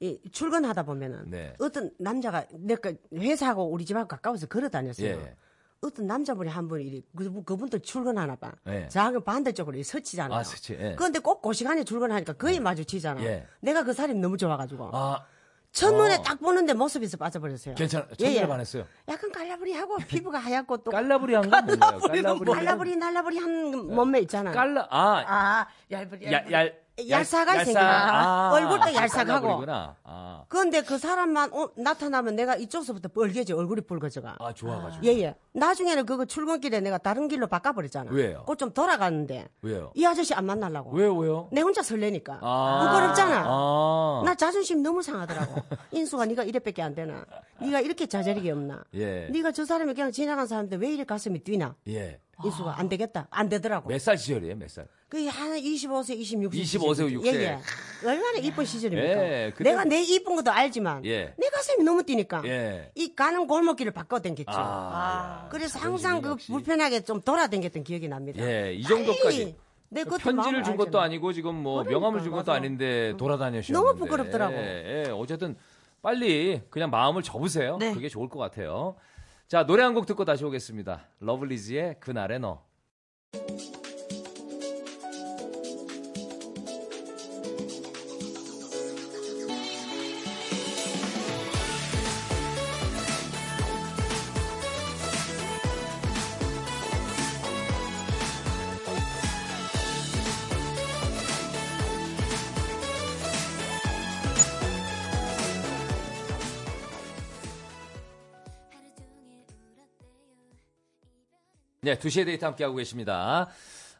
[SPEAKER 3] 이 출근하다 보면은
[SPEAKER 2] 네.
[SPEAKER 3] 어떤 남자가 내가 회사하고 우리 집하고 가까워서 걸어 다녔어요.
[SPEAKER 2] 예.
[SPEAKER 3] 어떤 남자분이 한 분이 이리- 그분- 그분들 출근하나 봐.
[SPEAKER 2] 예.
[SPEAKER 3] 자기 반대쪽으로 이리 서치잖아요.
[SPEAKER 2] 아, 서치, 예.
[SPEAKER 3] 그런데 꼭 그 시간에 출근하니까 거의 마주치잖아.
[SPEAKER 2] 예.
[SPEAKER 3] 내가 그 사람이 너무 좋아가지고
[SPEAKER 2] 아,
[SPEAKER 3] 첫눈에
[SPEAKER 2] 어.
[SPEAKER 3] 딱 보는데 모습에서 빠져버렸어요.
[SPEAKER 2] 괜찮아.
[SPEAKER 3] 예,
[SPEAKER 2] 첫눈에
[SPEAKER 3] 예.
[SPEAKER 2] 반했어요. [laughs]
[SPEAKER 3] 약간 깔라부리하고 피부가 하얗고 또 [laughs]
[SPEAKER 2] 깔라부리한 건 뭔가요? 깔라부리. 예.
[SPEAKER 3] 깔라부리 날라부리 한 몸매 있잖아.
[SPEAKER 2] 깔라 아,
[SPEAKER 4] 아, 얇은, 얇은.
[SPEAKER 2] 야, 얄
[SPEAKER 3] 얄싸가
[SPEAKER 2] 얄-
[SPEAKER 3] 생긴
[SPEAKER 2] 얄싸.
[SPEAKER 3] 거.
[SPEAKER 2] 아,
[SPEAKER 3] 얼굴도
[SPEAKER 2] 아,
[SPEAKER 3] 얄싹하고.
[SPEAKER 2] 깔라부리구나. 아.
[SPEAKER 3] 그런데 그 사람만 어, 나타나면 내가 이쪽서부터 벌게지 얼굴이 붉어져가.
[SPEAKER 2] 아, 좋아 가지고.
[SPEAKER 3] 예예. 나중에는 그거 출근길에 내가 다른 길로 바꿔버렸잖아.
[SPEAKER 2] 왜요?
[SPEAKER 3] 그거 좀 돌아갔는데
[SPEAKER 2] 왜요?
[SPEAKER 3] 이 아저씨 안 만나려고.
[SPEAKER 2] 왜요, 왜요?
[SPEAKER 3] 내 혼자 설레니까.
[SPEAKER 2] 아.
[SPEAKER 3] 부끄럽잖아.
[SPEAKER 2] 아.
[SPEAKER 3] 나 자존심
[SPEAKER 2] [laughs]
[SPEAKER 3] 너무 상하더라고. 인수가 네가 이래밖에 안 되나? 네가 이렇게 자잘하게 없나?
[SPEAKER 2] 예.
[SPEAKER 3] 네가 저 사람이 그냥 지나간 사람인데 왜 이래 가슴이 뛰나?
[SPEAKER 2] 예.
[SPEAKER 3] 인수가 안 되겠다. 안 되더라고.
[SPEAKER 2] 몇 살 시절이에요, 몇 살?
[SPEAKER 3] 그한 25세, 26세.
[SPEAKER 2] 25세, 26세.
[SPEAKER 3] 예, 예. 얼마나 이쁜 시절입니까?
[SPEAKER 2] 예, 그때-
[SPEAKER 3] 내가 내 이쁜 것도 알지만
[SPEAKER 2] 예.
[SPEAKER 3] 내 가슴이 너무 뛰니까
[SPEAKER 2] 예.
[SPEAKER 3] 이 가는 골목길을 바꿔댕겼죠.
[SPEAKER 2] 아.
[SPEAKER 3] 그래서
[SPEAKER 2] 자존심이
[SPEAKER 3] 항상 그
[SPEAKER 2] 역시.
[SPEAKER 3] 불편하게 좀 돌아댕겼던 기억이 납니다.
[SPEAKER 2] 예, 이 정도까지.
[SPEAKER 3] 빨리 내 그것도
[SPEAKER 2] 편지를
[SPEAKER 3] 마음을
[SPEAKER 2] 준 것도
[SPEAKER 3] 알잖아.
[SPEAKER 2] 아니고 지금 뭐
[SPEAKER 3] 그러니까,
[SPEAKER 2] 명함을 준 것도
[SPEAKER 3] 맞아.
[SPEAKER 2] 아닌데 돌아다녀시는
[SPEAKER 3] 음. 너무 부끄럽더라고.
[SPEAKER 2] 예, 예, 어쨌든 빨리 그냥 마음을 접으세요.
[SPEAKER 4] 네.
[SPEAKER 2] 그게 좋을 것 같아요. 자, 노래 한 곡 듣고 다시 오겠습니다. 러블리즈의 그날의 너.
[SPEAKER 5] 하루 종일 울었대요.
[SPEAKER 2] 네, 2시에 데이트 함께하고 계십니다.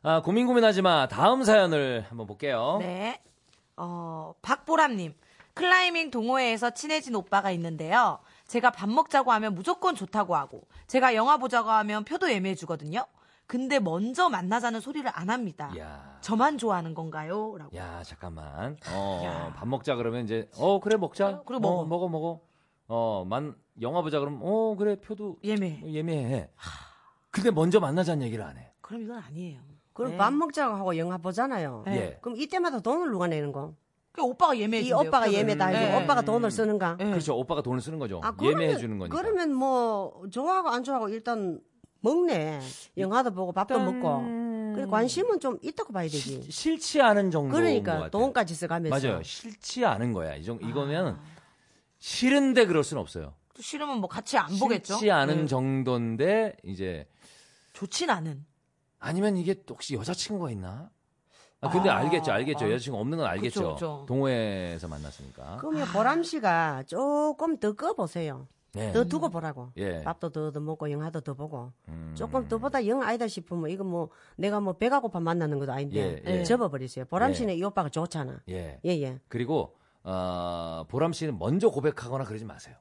[SPEAKER 2] 아, 고민 고민하지 마. 다음 사연을 한번 볼게요.
[SPEAKER 4] 네. 어, 박보람님. 클라이밍 동호회에서 친해진 오빠가 있는데요. 제가 밥 먹자고 하면 무조건 좋다고 하고, 제가 영화 보자고 하면 표도 예매해 주거든요. 근데 먼저 만나자는 소리를 안 합니다.
[SPEAKER 2] 야.
[SPEAKER 4] 저만 좋아하는 건가요? 라고.
[SPEAKER 2] 야, 잠깐만. 어, 밥 먹자 그러면 이제 어, 그래 먹자.
[SPEAKER 4] 어, 그래,
[SPEAKER 2] 어,
[SPEAKER 4] 먹어.
[SPEAKER 2] 먹어 먹어. 어, 만 영화 보자 그러면 어, 그래 표도
[SPEAKER 4] 예매해.
[SPEAKER 2] 뭐 예매해. 근데 먼저 만나자는 얘기를 안 해.
[SPEAKER 4] 그럼 이건 아니에요.
[SPEAKER 3] 그럼
[SPEAKER 4] 네.
[SPEAKER 3] 밥 먹자고 하고 영화 보잖아요.
[SPEAKER 4] 네.
[SPEAKER 2] 예.
[SPEAKER 3] 그럼 이때마다 돈을 누가 내는 거?
[SPEAKER 4] 그 오빠가 예매해
[SPEAKER 3] 이
[SPEAKER 4] 준대요,
[SPEAKER 3] 오빠가
[SPEAKER 4] 표를.
[SPEAKER 3] 예매 다 해주고
[SPEAKER 4] 네.
[SPEAKER 3] 오빠가 돈을 쓰는가?
[SPEAKER 4] 예.
[SPEAKER 2] 그렇죠. 오빠가 돈을 쓰는 거죠.
[SPEAKER 3] 아, 그러면-
[SPEAKER 2] 예매해 주는 거니까.
[SPEAKER 3] 그러면 뭐 좋아하고 안 좋아하고 일단 먹네. 영화도 보고 밥도 먹고. 음, 그래 관심은 좀 있다고 봐야 되지.
[SPEAKER 2] 시- 싫지 않은 정도
[SPEAKER 3] 그러니까 돈까지 써가면서.
[SPEAKER 2] 맞아요. 싫지 않은 거야. 이 정도 이거면
[SPEAKER 3] 아.
[SPEAKER 2] 싫은데 그럴 수는 없어요.
[SPEAKER 4] 또 싫으면 뭐 같이 안 보겠죠?
[SPEAKER 2] 싫지 않은
[SPEAKER 3] 음.
[SPEAKER 4] 네.
[SPEAKER 2] 정도인데 이제
[SPEAKER 4] 좋진 않은.
[SPEAKER 2] 아니면 이게 또 혹시 여자친구가 있나? 아, 근데
[SPEAKER 4] 아,
[SPEAKER 2] 알겠죠, 알겠죠.
[SPEAKER 4] 아.
[SPEAKER 2] 여자친구 없는 건 알겠죠.
[SPEAKER 4] 그쵸, 그쵸.
[SPEAKER 2] 동호회에서 만났으니까.
[SPEAKER 3] 그러면 보람 씨가 조금 더 꺼보세요.
[SPEAKER 2] 네.
[SPEAKER 3] 더 두고 보라고.
[SPEAKER 2] 예.
[SPEAKER 3] 밥도 더, 더 먹고 영화도 더 보고.
[SPEAKER 2] 음.
[SPEAKER 3] 조금 더보다 영 아니다 싶으면 이거 뭐 내가 뭐 배가 고파 만나는 것도 아닌데
[SPEAKER 2] 예, 예.
[SPEAKER 3] 접어버리세요. 보람
[SPEAKER 2] 예.
[SPEAKER 3] 씨는 이 오빠가 좋잖아.
[SPEAKER 2] 예.
[SPEAKER 3] 예예.
[SPEAKER 2] 그리고 어, 보람 씨는 먼저 고백하거나 그러지 마세요.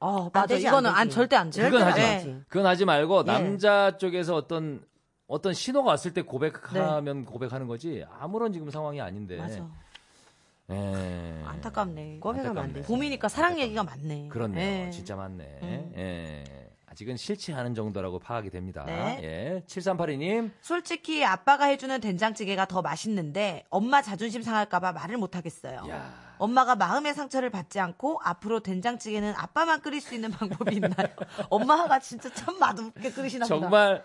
[SPEAKER 4] 어,
[SPEAKER 3] 안
[SPEAKER 4] 맞아.
[SPEAKER 3] 되지,
[SPEAKER 4] 이거는
[SPEAKER 3] 안 되지.
[SPEAKER 4] 안 절대 안 돼.
[SPEAKER 2] 그건 하지 마.
[SPEAKER 4] 네.
[SPEAKER 2] 그건 하지 말고
[SPEAKER 4] 예.
[SPEAKER 2] 남자 쪽에서 어떤 어떤 신호가 왔을 때 고백하면 고백하는 거지 아무런 지금 상황이 아닌데.
[SPEAKER 4] 네. 맞아.
[SPEAKER 2] 예.
[SPEAKER 4] 안타깝네.
[SPEAKER 3] 고백하면 안
[SPEAKER 2] 안타깝네.
[SPEAKER 3] 되지.
[SPEAKER 4] 봄이니까 사랑 얘기가 많네.
[SPEAKER 2] 그렇네요.
[SPEAKER 4] 네.
[SPEAKER 2] 진짜 맞네.
[SPEAKER 4] 음.
[SPEAKER 2] 예. 아직은 실체하는 정도라고 파악이 됩니다.
[SPEAKER 4] 네.
[SPEAKER 2] 예. 7382님.
[SPEAKER 4] 솔직히 아빠가 해주는 된장찌개가 더 맛있는데 엄마 자존심 상할까봐 말을 못하겠어요.
[SPEAKER 2] 야.
[SPEAKER 4] 엄마가 마음의 상처를 받지 않고 앞으로 된장찌개는 아빠만 끓일 수 있는 [laughs] 방법이 있나요? 엄마가 진짜 참 맛없게 끓이시나 보다.
[SPEAKER 2] 정말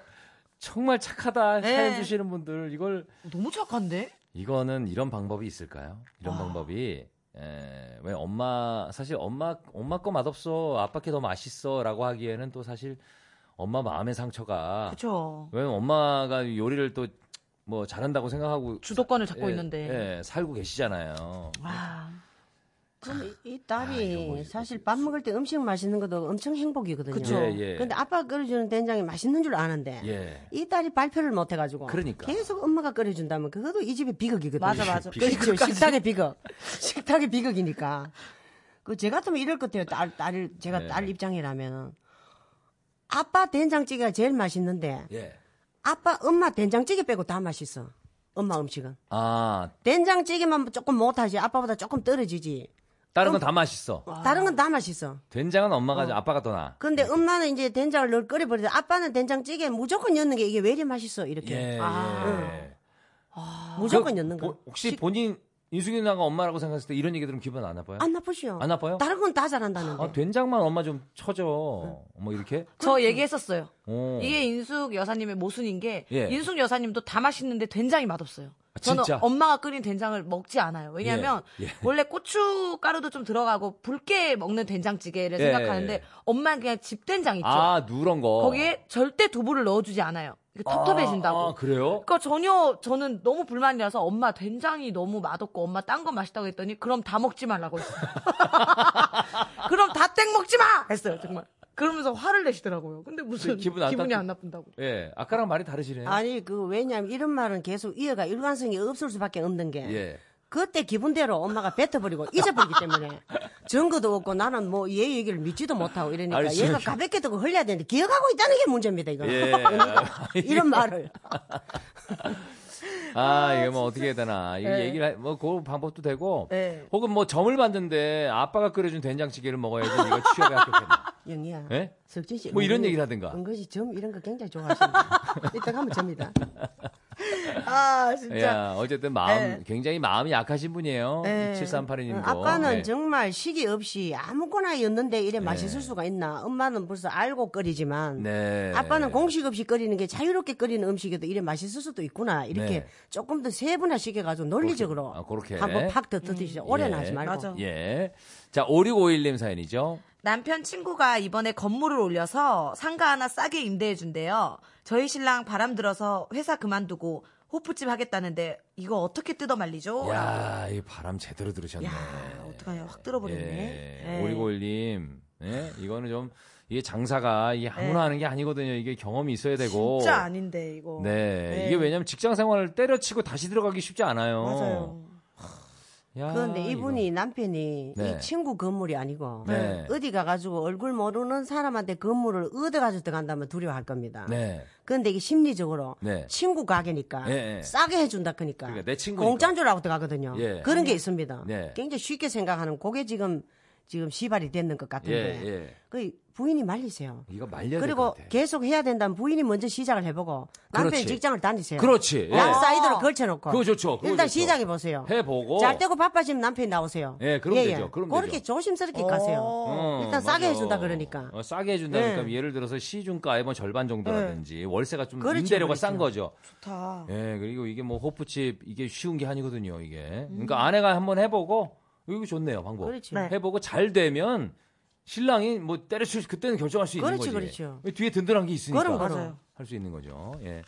[SPEAKER 2] 정말 착하다
[SPEAKER 4] 네.
[SPEAKER 2] 사연 주시는 분들 이걸
[SPEAKER 4] 너무 착한데?
[SPEAKER 2] 이거는 이런 방법이 있을까요? 이런
[SPEAKER 4] 와.
[SPEAKER 2] 방법이 에, 왜 엄마 사실 엄마 엄마 거 맛없어 아빠 게 더 맛있어라고 하기에는 또 사실 엄마 마음의 상처가
[SPEAKER 4] 그렇죠.
[SPEAKER 2] 왜 엄마가 요리를 또 뭐 잘한다고 생각하고
[SPEAKER 4] 주도권을 잡고
[SPEAKER 2] 예,
[SPEAKER 4] 있는데.
[SPEAKER 2] 예, 살고 계시잖아요.
[SPEAKER 4] 와.
[SPEAKER 3] 그럼 이, 이
[SPEAKER 2] 아, 이거
[SPEAKER 3] 딸이
[SPEAKER 2] 뭐지?
[SPEAKER 3] 사실 밥 먹을 때 음식 맛있는 것도 엄청 행복이거든요.
[SPEAKER 4] 그쵸.
[SPEAKER 2] 예, 예.
[SPEAKER 3] 근데 아빠가 끓여주는 된장이 맛있는 줄 아는데
[SPEAKER 2] 예.
[SPEAKER 3] 이 딸이 발표를 못 해가지고
[SPEAKER 2] 그러니까.
[SPEAKER 3] 계속 엄마가 끓여준다면 그것도 이 집의 비극이거든요.
[SPEAKER 4] 맞아, 맞아.
[SPEAKER 3] 그렇죠.
[SPEAKER 4] 비극까지.
[SPEAKER 3] 식탁의 비극. [laughs] 식탁의 비극이니까. 그 제 같으면 이럴 것 같아요. 딸, 딸, 제가
[SPEAKER 2] 네.
[SPEAKER 3] 딸 입장이라면. 아빠 된장찌개가 제일 맛있는데
[SPEAKER 2] 예.
[SPEAKER 3] 아빠 엄마 된장찌개 빼고 다 맛있어. 엄마 음식은.
[SPEAKER 2] 아,
[SPEAKER 3] 된장찌개만 조금 못하지. 아빠보다 조금 떨어지지.
[SPEAKER 2] 다른 건 다 맛있어.
[SPEAKER 3] 다른 건 다 맛있어.
[SPEAKER 2] 된장은 엄마가 아빠가 더 나아.
[SPEAKER 3] 근데 엄마는 이제 된장을 늘 끓여버리는데 아빠는 된장찌개 무조건 넣는 게 이게 왜 이리 맛있어. 이렇게.
[SPEAKER 2] 예,
[SPEAKER 4] 아.
[SPEAKER 2] 예.
[SPEAKER 3] 무조건
[SPEAKER 2] 그,
[SPEAKER 3] 넣는 거.
[SPEAKER 2] 보- 혹시 본인 인숙이 누나가 엄마라고 생각했을 때 이런 얘기 들으면 기분 안 나빠요?
[SPEAKER 3] 안 나쁘시오.
[SPEAKER 2] 안 나빠요?
[SPEAKER 3] 다른 건 다 잘한다는데.
[SPEAKER 2] 아, 된장만 엄마 좀 쳐줘. 뭐 이렇게?
[SPEAKER 4] 저 얘기했었어요.
[SPEAKER 2] 어.
[SPEAKER 4] 이게 인숙 여사님의 모순인 게
[SPEAKER 2] 예.
[SPEAKER 4] 인숙 여사님도 다 맛있는데 된장이 맛없어요.
[SPEAKER 2] 아,
[SPEAKER 4] 저는
[SPEAKER 2] 진짜?
[SPEAKER 4] 엄마가 끓인 된장을 먹지 않아요. 왜냐하면
[SPEAKER 2] 예, 예.
[SPEAKER 4] 원래 고춧가루도 좀 들어가고 붉게 먹는 된장찌개를
[SPEAKER 2] 예, 예.
[SPEAKER 4] 생각하는데 엄마는 그냥 집 된장 있죠.
[SPEAKER 2] 아, 누런 거.
[SPEAKER 4] 거기에 절대 두부를 넣어주지 않아요. 이게 텁텁해진다고.
[SPEAKER 2] 아, 아, 그래요?
[SPEAKER 4] 그러니까 전혀 저는 너무 불만이라서 엄마 된장이 너무 맛없고 엄마 딴 거 맛있다고 했더니 그럼 다 먹지 말라고
[SPEAKER 2] [laughs]
[SPEAKER 4] 했어요. 그럼 다 땡 먹지 마 했어요 정말. 그러면서 화를 내시더라고요. 근데 무슨
[SPEAKER 2] 그 기분
[SPEAKER 4] 기분
[SPEAKER 2] 안
[SPEAKER 4] 이
[SPEAKER 2] 나쁘-
[SPEAKER 4] 안 나쁜다고.
[SPEAKER 2] 예. 아까랑 말이 다르시네요.
[SPEAKER 3] 아니 그 왜냐하면 이런 말은 계속 이해가 일관성이 없을 수밖에 없는 게
[SPEAKER 2] 예.
[SPEAKER 3] 그때 기분대로 엄마가 뱉어버리고
[SPEAKER 2] [laughs]
[SPEAKER 3] 잊어버리기 때문에 증거도 없고 나는 뭐 얘 얘기를 믿지도 못하고 이러니까
[SPEAKER 2] 아니,
[SPEAKER 3] 얘가
[SPEAKER 2] 저기-
[SPEAKER 3] 가볍게 듣고 흘려야 되는데 기억하고 있다는 게 문제입니다 이거 [laughs]
[SPEAKER 2] 예.
[SPEAKER 3] 이런 말을
[SPEAKER 2] 아, 이거 뭐 어떻게 해야 되나. 이거 얘기를, 할- 뭐, 그 방법도 되고.
[SPEAKER 4] 네.
[SPEAKER 2] 혹은 뭐 점을 봤는데 아빠가 끓여준 된장찌개를 먹어야지 이거 취업에 합격했나.
[SPEAKER 3] 영희야
[SPEAKER 2] 예?
[SPEAKER 3] 석진 씨
[SPEAKER 2] 뭐 이런
[SPEAKER 3] 은근히-
[SPEAKER 2] 얘기를 하든가.
[SPEAKER 3] 은근히 점 이런 거 굉장히 좋아하신다 이따 가면 점이다
[SPEAKER 4] 아 진짜.
[SPEAKER 2] 야, 어쨌든 마음,
[SPEAKER 4] 네.
[SPEAKER 2] 굉장히 마음이 약하신 분이에요.
[SPEAKER 4] 네.
[SPEAKER 2] 7382님도.
[SPEAKER 3] 음, 아빠는
[SPEAKER 2] 예.
[SPEAKER 3] 정말 시기 없이 아무거나 였는데 이래 맛있을 수가 있나 엄마는 벌써 알고 끓이지만
[SPEAKER 2] 네.
[SPEAKER 3] 아빠는 공식 없이 끓이는 게 자유롭게 끓이는 음식에도 이래 맛있을 수도 있구나 이렇게
[SPEAKER 2] 네.
[SPEAKER 3] 조금 더 세분화시켜 가지고 논리적으로
[SPEAKER 2] 그렇게, 아, 그렇게. 음,
[SPEAKER 3] 한번 팍 뜯듯이 오래는 하지 말고
[SPEAKER 4] 맞아.
[SPEAKER 2] 예. 자, 5651님 사연이죠.
[SPEAKER 4] 남편 친구가 이번에 건물을 올려서 상가 하나 싸게 임대해 준대요. 저희 신랑 바람 들어서 회사 그만두고 호프집 하겠다는데 이거 어떻게 뜯어 말리죠?
[SPEAKER 2] 야, 이 바람 제대로 들으셨네.
[SPEAKER 4] 야 어떡하냐 확 들어버렸네.
[SPEAKER 2] 예.
[SPEAKER 4] 예.
[SPEAKER 2] 오리고일님, 예? 이거는 좀, 이게 장사가, 이게
[SPEAKER 3] 네.
[SPEAKER 2] 아무나 하는 게 아니거든요. 이게 경험이 있어야 되고.
[SPEAKER 4] 진짜 아닌데 이거.
[SPEAKER 2] 네. 이게 왜냐면 직장 생활을 때려치고 다시 들어가기 쉽지 않아요.
[SPEAKER 4] 맞아요.
[SPEAKER 2] 야,
[SPEAKER 3] 그런데 이분이 남편이
[SPEAKER 2] 아, 네.
[SPEAKER 3] 이 친구 건물이 아니고
[SPEAKER 2] 네.
[SPEAKER 3] 어디 가가지고 얼굴 모르는 사람한테 건물을 얻어가지고 들어간다면 두려워할 겁니다.
[SPEAKER 2] 이거. 네.
[SPEAKER 3] 그런데 이게 심리적으로
[SPEAKER 2] 네.
[SPEAKER 3] 친구 가게니까
[SPEAKER 2] 예, 예.
[SPEAKER 3] 싸게 해준다 그니까
[SPEAKER 2] 그러니까 내 친구니까.
[SPEAKER 3] 공짜인 줄 알고 들어가거든요.
[SPEAKER 2] 예.
[SPEAKER 3] 그런 게 있습니다.
[SPEAKER 2] 네.
[SPEAKER 3] 굉장히 쉽게 생각하는 그게 지금 지금 시발이 되는 것
[SPEAKER 2] 예,
[SPEAKER 3] 같은데
[SPEAKER 2] 예.
[SPEAKER 3] 그 부인이 말리세요.
[SPEAKER 2] 이거 말려야 될 것
[SPEAKER 3] 네. 그리고
[SPEAKER 2] 같아.
[SPEAKER 3] 계속 해야 된다면 부인이 먼저 시작을 해보고 남편이
[SPEAKER 2] 그렇지.
[SPEAKER 3] 직장을 다니세요.
[SPEAKER 2] 그렇지. 예.
[SPEAKER 3] 양
[SPEAKER 4] 아.
[SPEAKER 3] 사이드로 걸쳐놓고.
[SPEAKER 2] 그거 좋죠. 그거
[SPEAKER 3] 어, 일단
[SPEAKER 2] 좋죠.
[SPEAKER 3] 시작해 보세요.
[SPEAKER 2] 해보고.
[SPEAKER 3] 잘 되고 바빠지면 남편이 나오세요.
[SPEAKER 2] 예, 그럼 되죠. 그럼
[SPEAKER 3] 그렇게
[SPEAKER 2] 되죠.
[SPEAKER 3] 조심스럽게 가세요.
[SPEAKER 2] 어,
[SPEAKER 3] 일단 싸게
[SPEAKER 2] 맞아.
[SPEAKER 3] 해준다 그러니까.
[SPEAKER 2] 어, 싸게 해준다 그러니까
[SPEAKER 3] 네.
[SPEAKER 2] 예를 들어서 시중가의 뭐 절반 정도라든지 월세가 좀
[SPEAKER 3] 그렇죠,
[SPEAKER 2] 임대료가 싼
[SPEAKER 3] 그렇죠.
[SPEAKER 2] 거죠.
[SPEAKER 4] 좋다.
[SPEAKER 2] 예 그리고 이게 뭐 호프집 이게 쉬운 게 아니거든요 이게. 그러니까 아내가 한번 해보고 이거 좋네요 방법.
[SPEAKER 3] 음. 그렇죠.
[SPEAKER 4] 네.
[SPEAKER 2] 해보고 잘 되면 신랑이 뭐 때려칠 수- 그때는 결정할 수 있는
[SPEAKER 3] 그렇지,
[SPEAKER 2] 거지.
[SPEAKER 3] 그렇죠.
[SPEAKER 2] 뒤에 든든한 게 있으니까.
[SPEAKER 3] 그럼, 그럼.
[SPEAKER 4] 맞아요.
[SPEAKER 2] 할 수 있는 거죠. 예.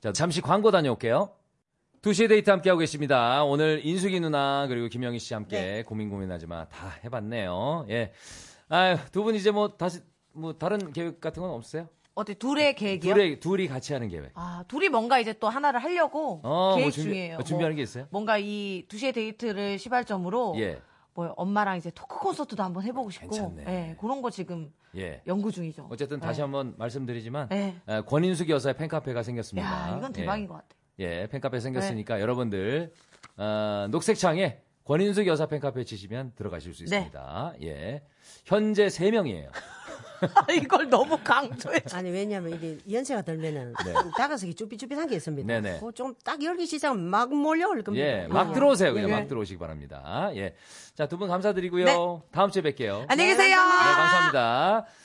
[SPEAKER 2] 자, 잠시 광고 다녀올게요. 2시의 데이트 함께하고 계십니다. 오늘 인숙이 누나, 그리고 김영희 씨 함께
[SPEAKER 4] 네.
[SPEAKER 2] 고민 고민하지만 다 해봤네요. 예. 아유, 두 분 이제 뭐 다시, 뭐 다른 계획 같은 건 없으세요?
[SPEAKER 4] 어때 둘의 계획이요?
[SPEAKER 2] 둘이, 둘이 같이 하는 계획.
[SPEAKER 4] 아 둘이 뭔가 이제 또 하나를 하려고
[SPEAKER 2] 어, 뭐
[SPEAKER 4] 계획
[SPEAKER 2] 준비-
[SPEAKER 4] 중이에요. 뭐.
[SPEAKER 2] 어, 준비하는 게 있어요?
[SPEAKER 4] 뭔가 이 두시의 데이트를 시발점으로
[SPEAKER 2] 예.
[SPEAKER 4] 뭐 엄마랑 이제 토크 콘서트도 한번 해보고 싶고
[SPEAKER 2] 괜찮네.
[SPEAKER 4] 예, 그런 거 지금
[SPEAKER 2] 예.
[SPEAKER 4] 연구 중이죠.
[SPEAKER 2] 어쨌든 다시
[SPEAKER 4] 예.
[SPEAKER 2] 한번 말씀드리지만
[SPEAKER 4] 어. 네.
[SPEAKER 2] 에, 권인숙 여사의 팬카페가 생겼습니다.
[SPEAKER 4] 야, 이건 대박인
[SPEAKER 2] 예.
[SPEAKER 4] 것 같아. [laughs]
[SPEAKER 2] 예, 팬카페
[SPEAKER 4] 네.
[SPEAKER 2] 생겼으니까 여러분들 어, 녹색창에 권인숙 여사 팬카페 치시면 들어가실 수
[SPEAKER 4] 네.
[SPEAKER 2] 있습니다. 예, 현재 3 명이에요.
[SPEAKER 4] 아, 이걸 너무
[SPEAKER 2] [laughs]
[SPEAKER 4] 강조해.
[SPEAKER 3] 아니 왜냐면 이게 연세가 들면은
[SPEAKER 2] 네.
[SPEAKER 3] 다가서기 쭈삣쭈삣한 게 있습니다. 그
[SPEAKER 2] 네네.
[SPEAKER 3] 좀딱 열기 시작하면 막 몰려올 겁니다.
[SPEAKER 2] 예, 막
[SPEAKER 3] 아.
[SPEAKER 2] 들어오세요. 그냥
[SPEAKER 4] 예.
[SPEAKER 2] 막 들어오시기 바랍니다. 예, 자 두 분 감사드리고요.
[SPEAKER 4] 네.
[SPEAKER 2] 다음 주에 뵐게요. 네,
[SPEAKER 4] 안녕히 계세요.
[SPEAKER 2] 감사합니다.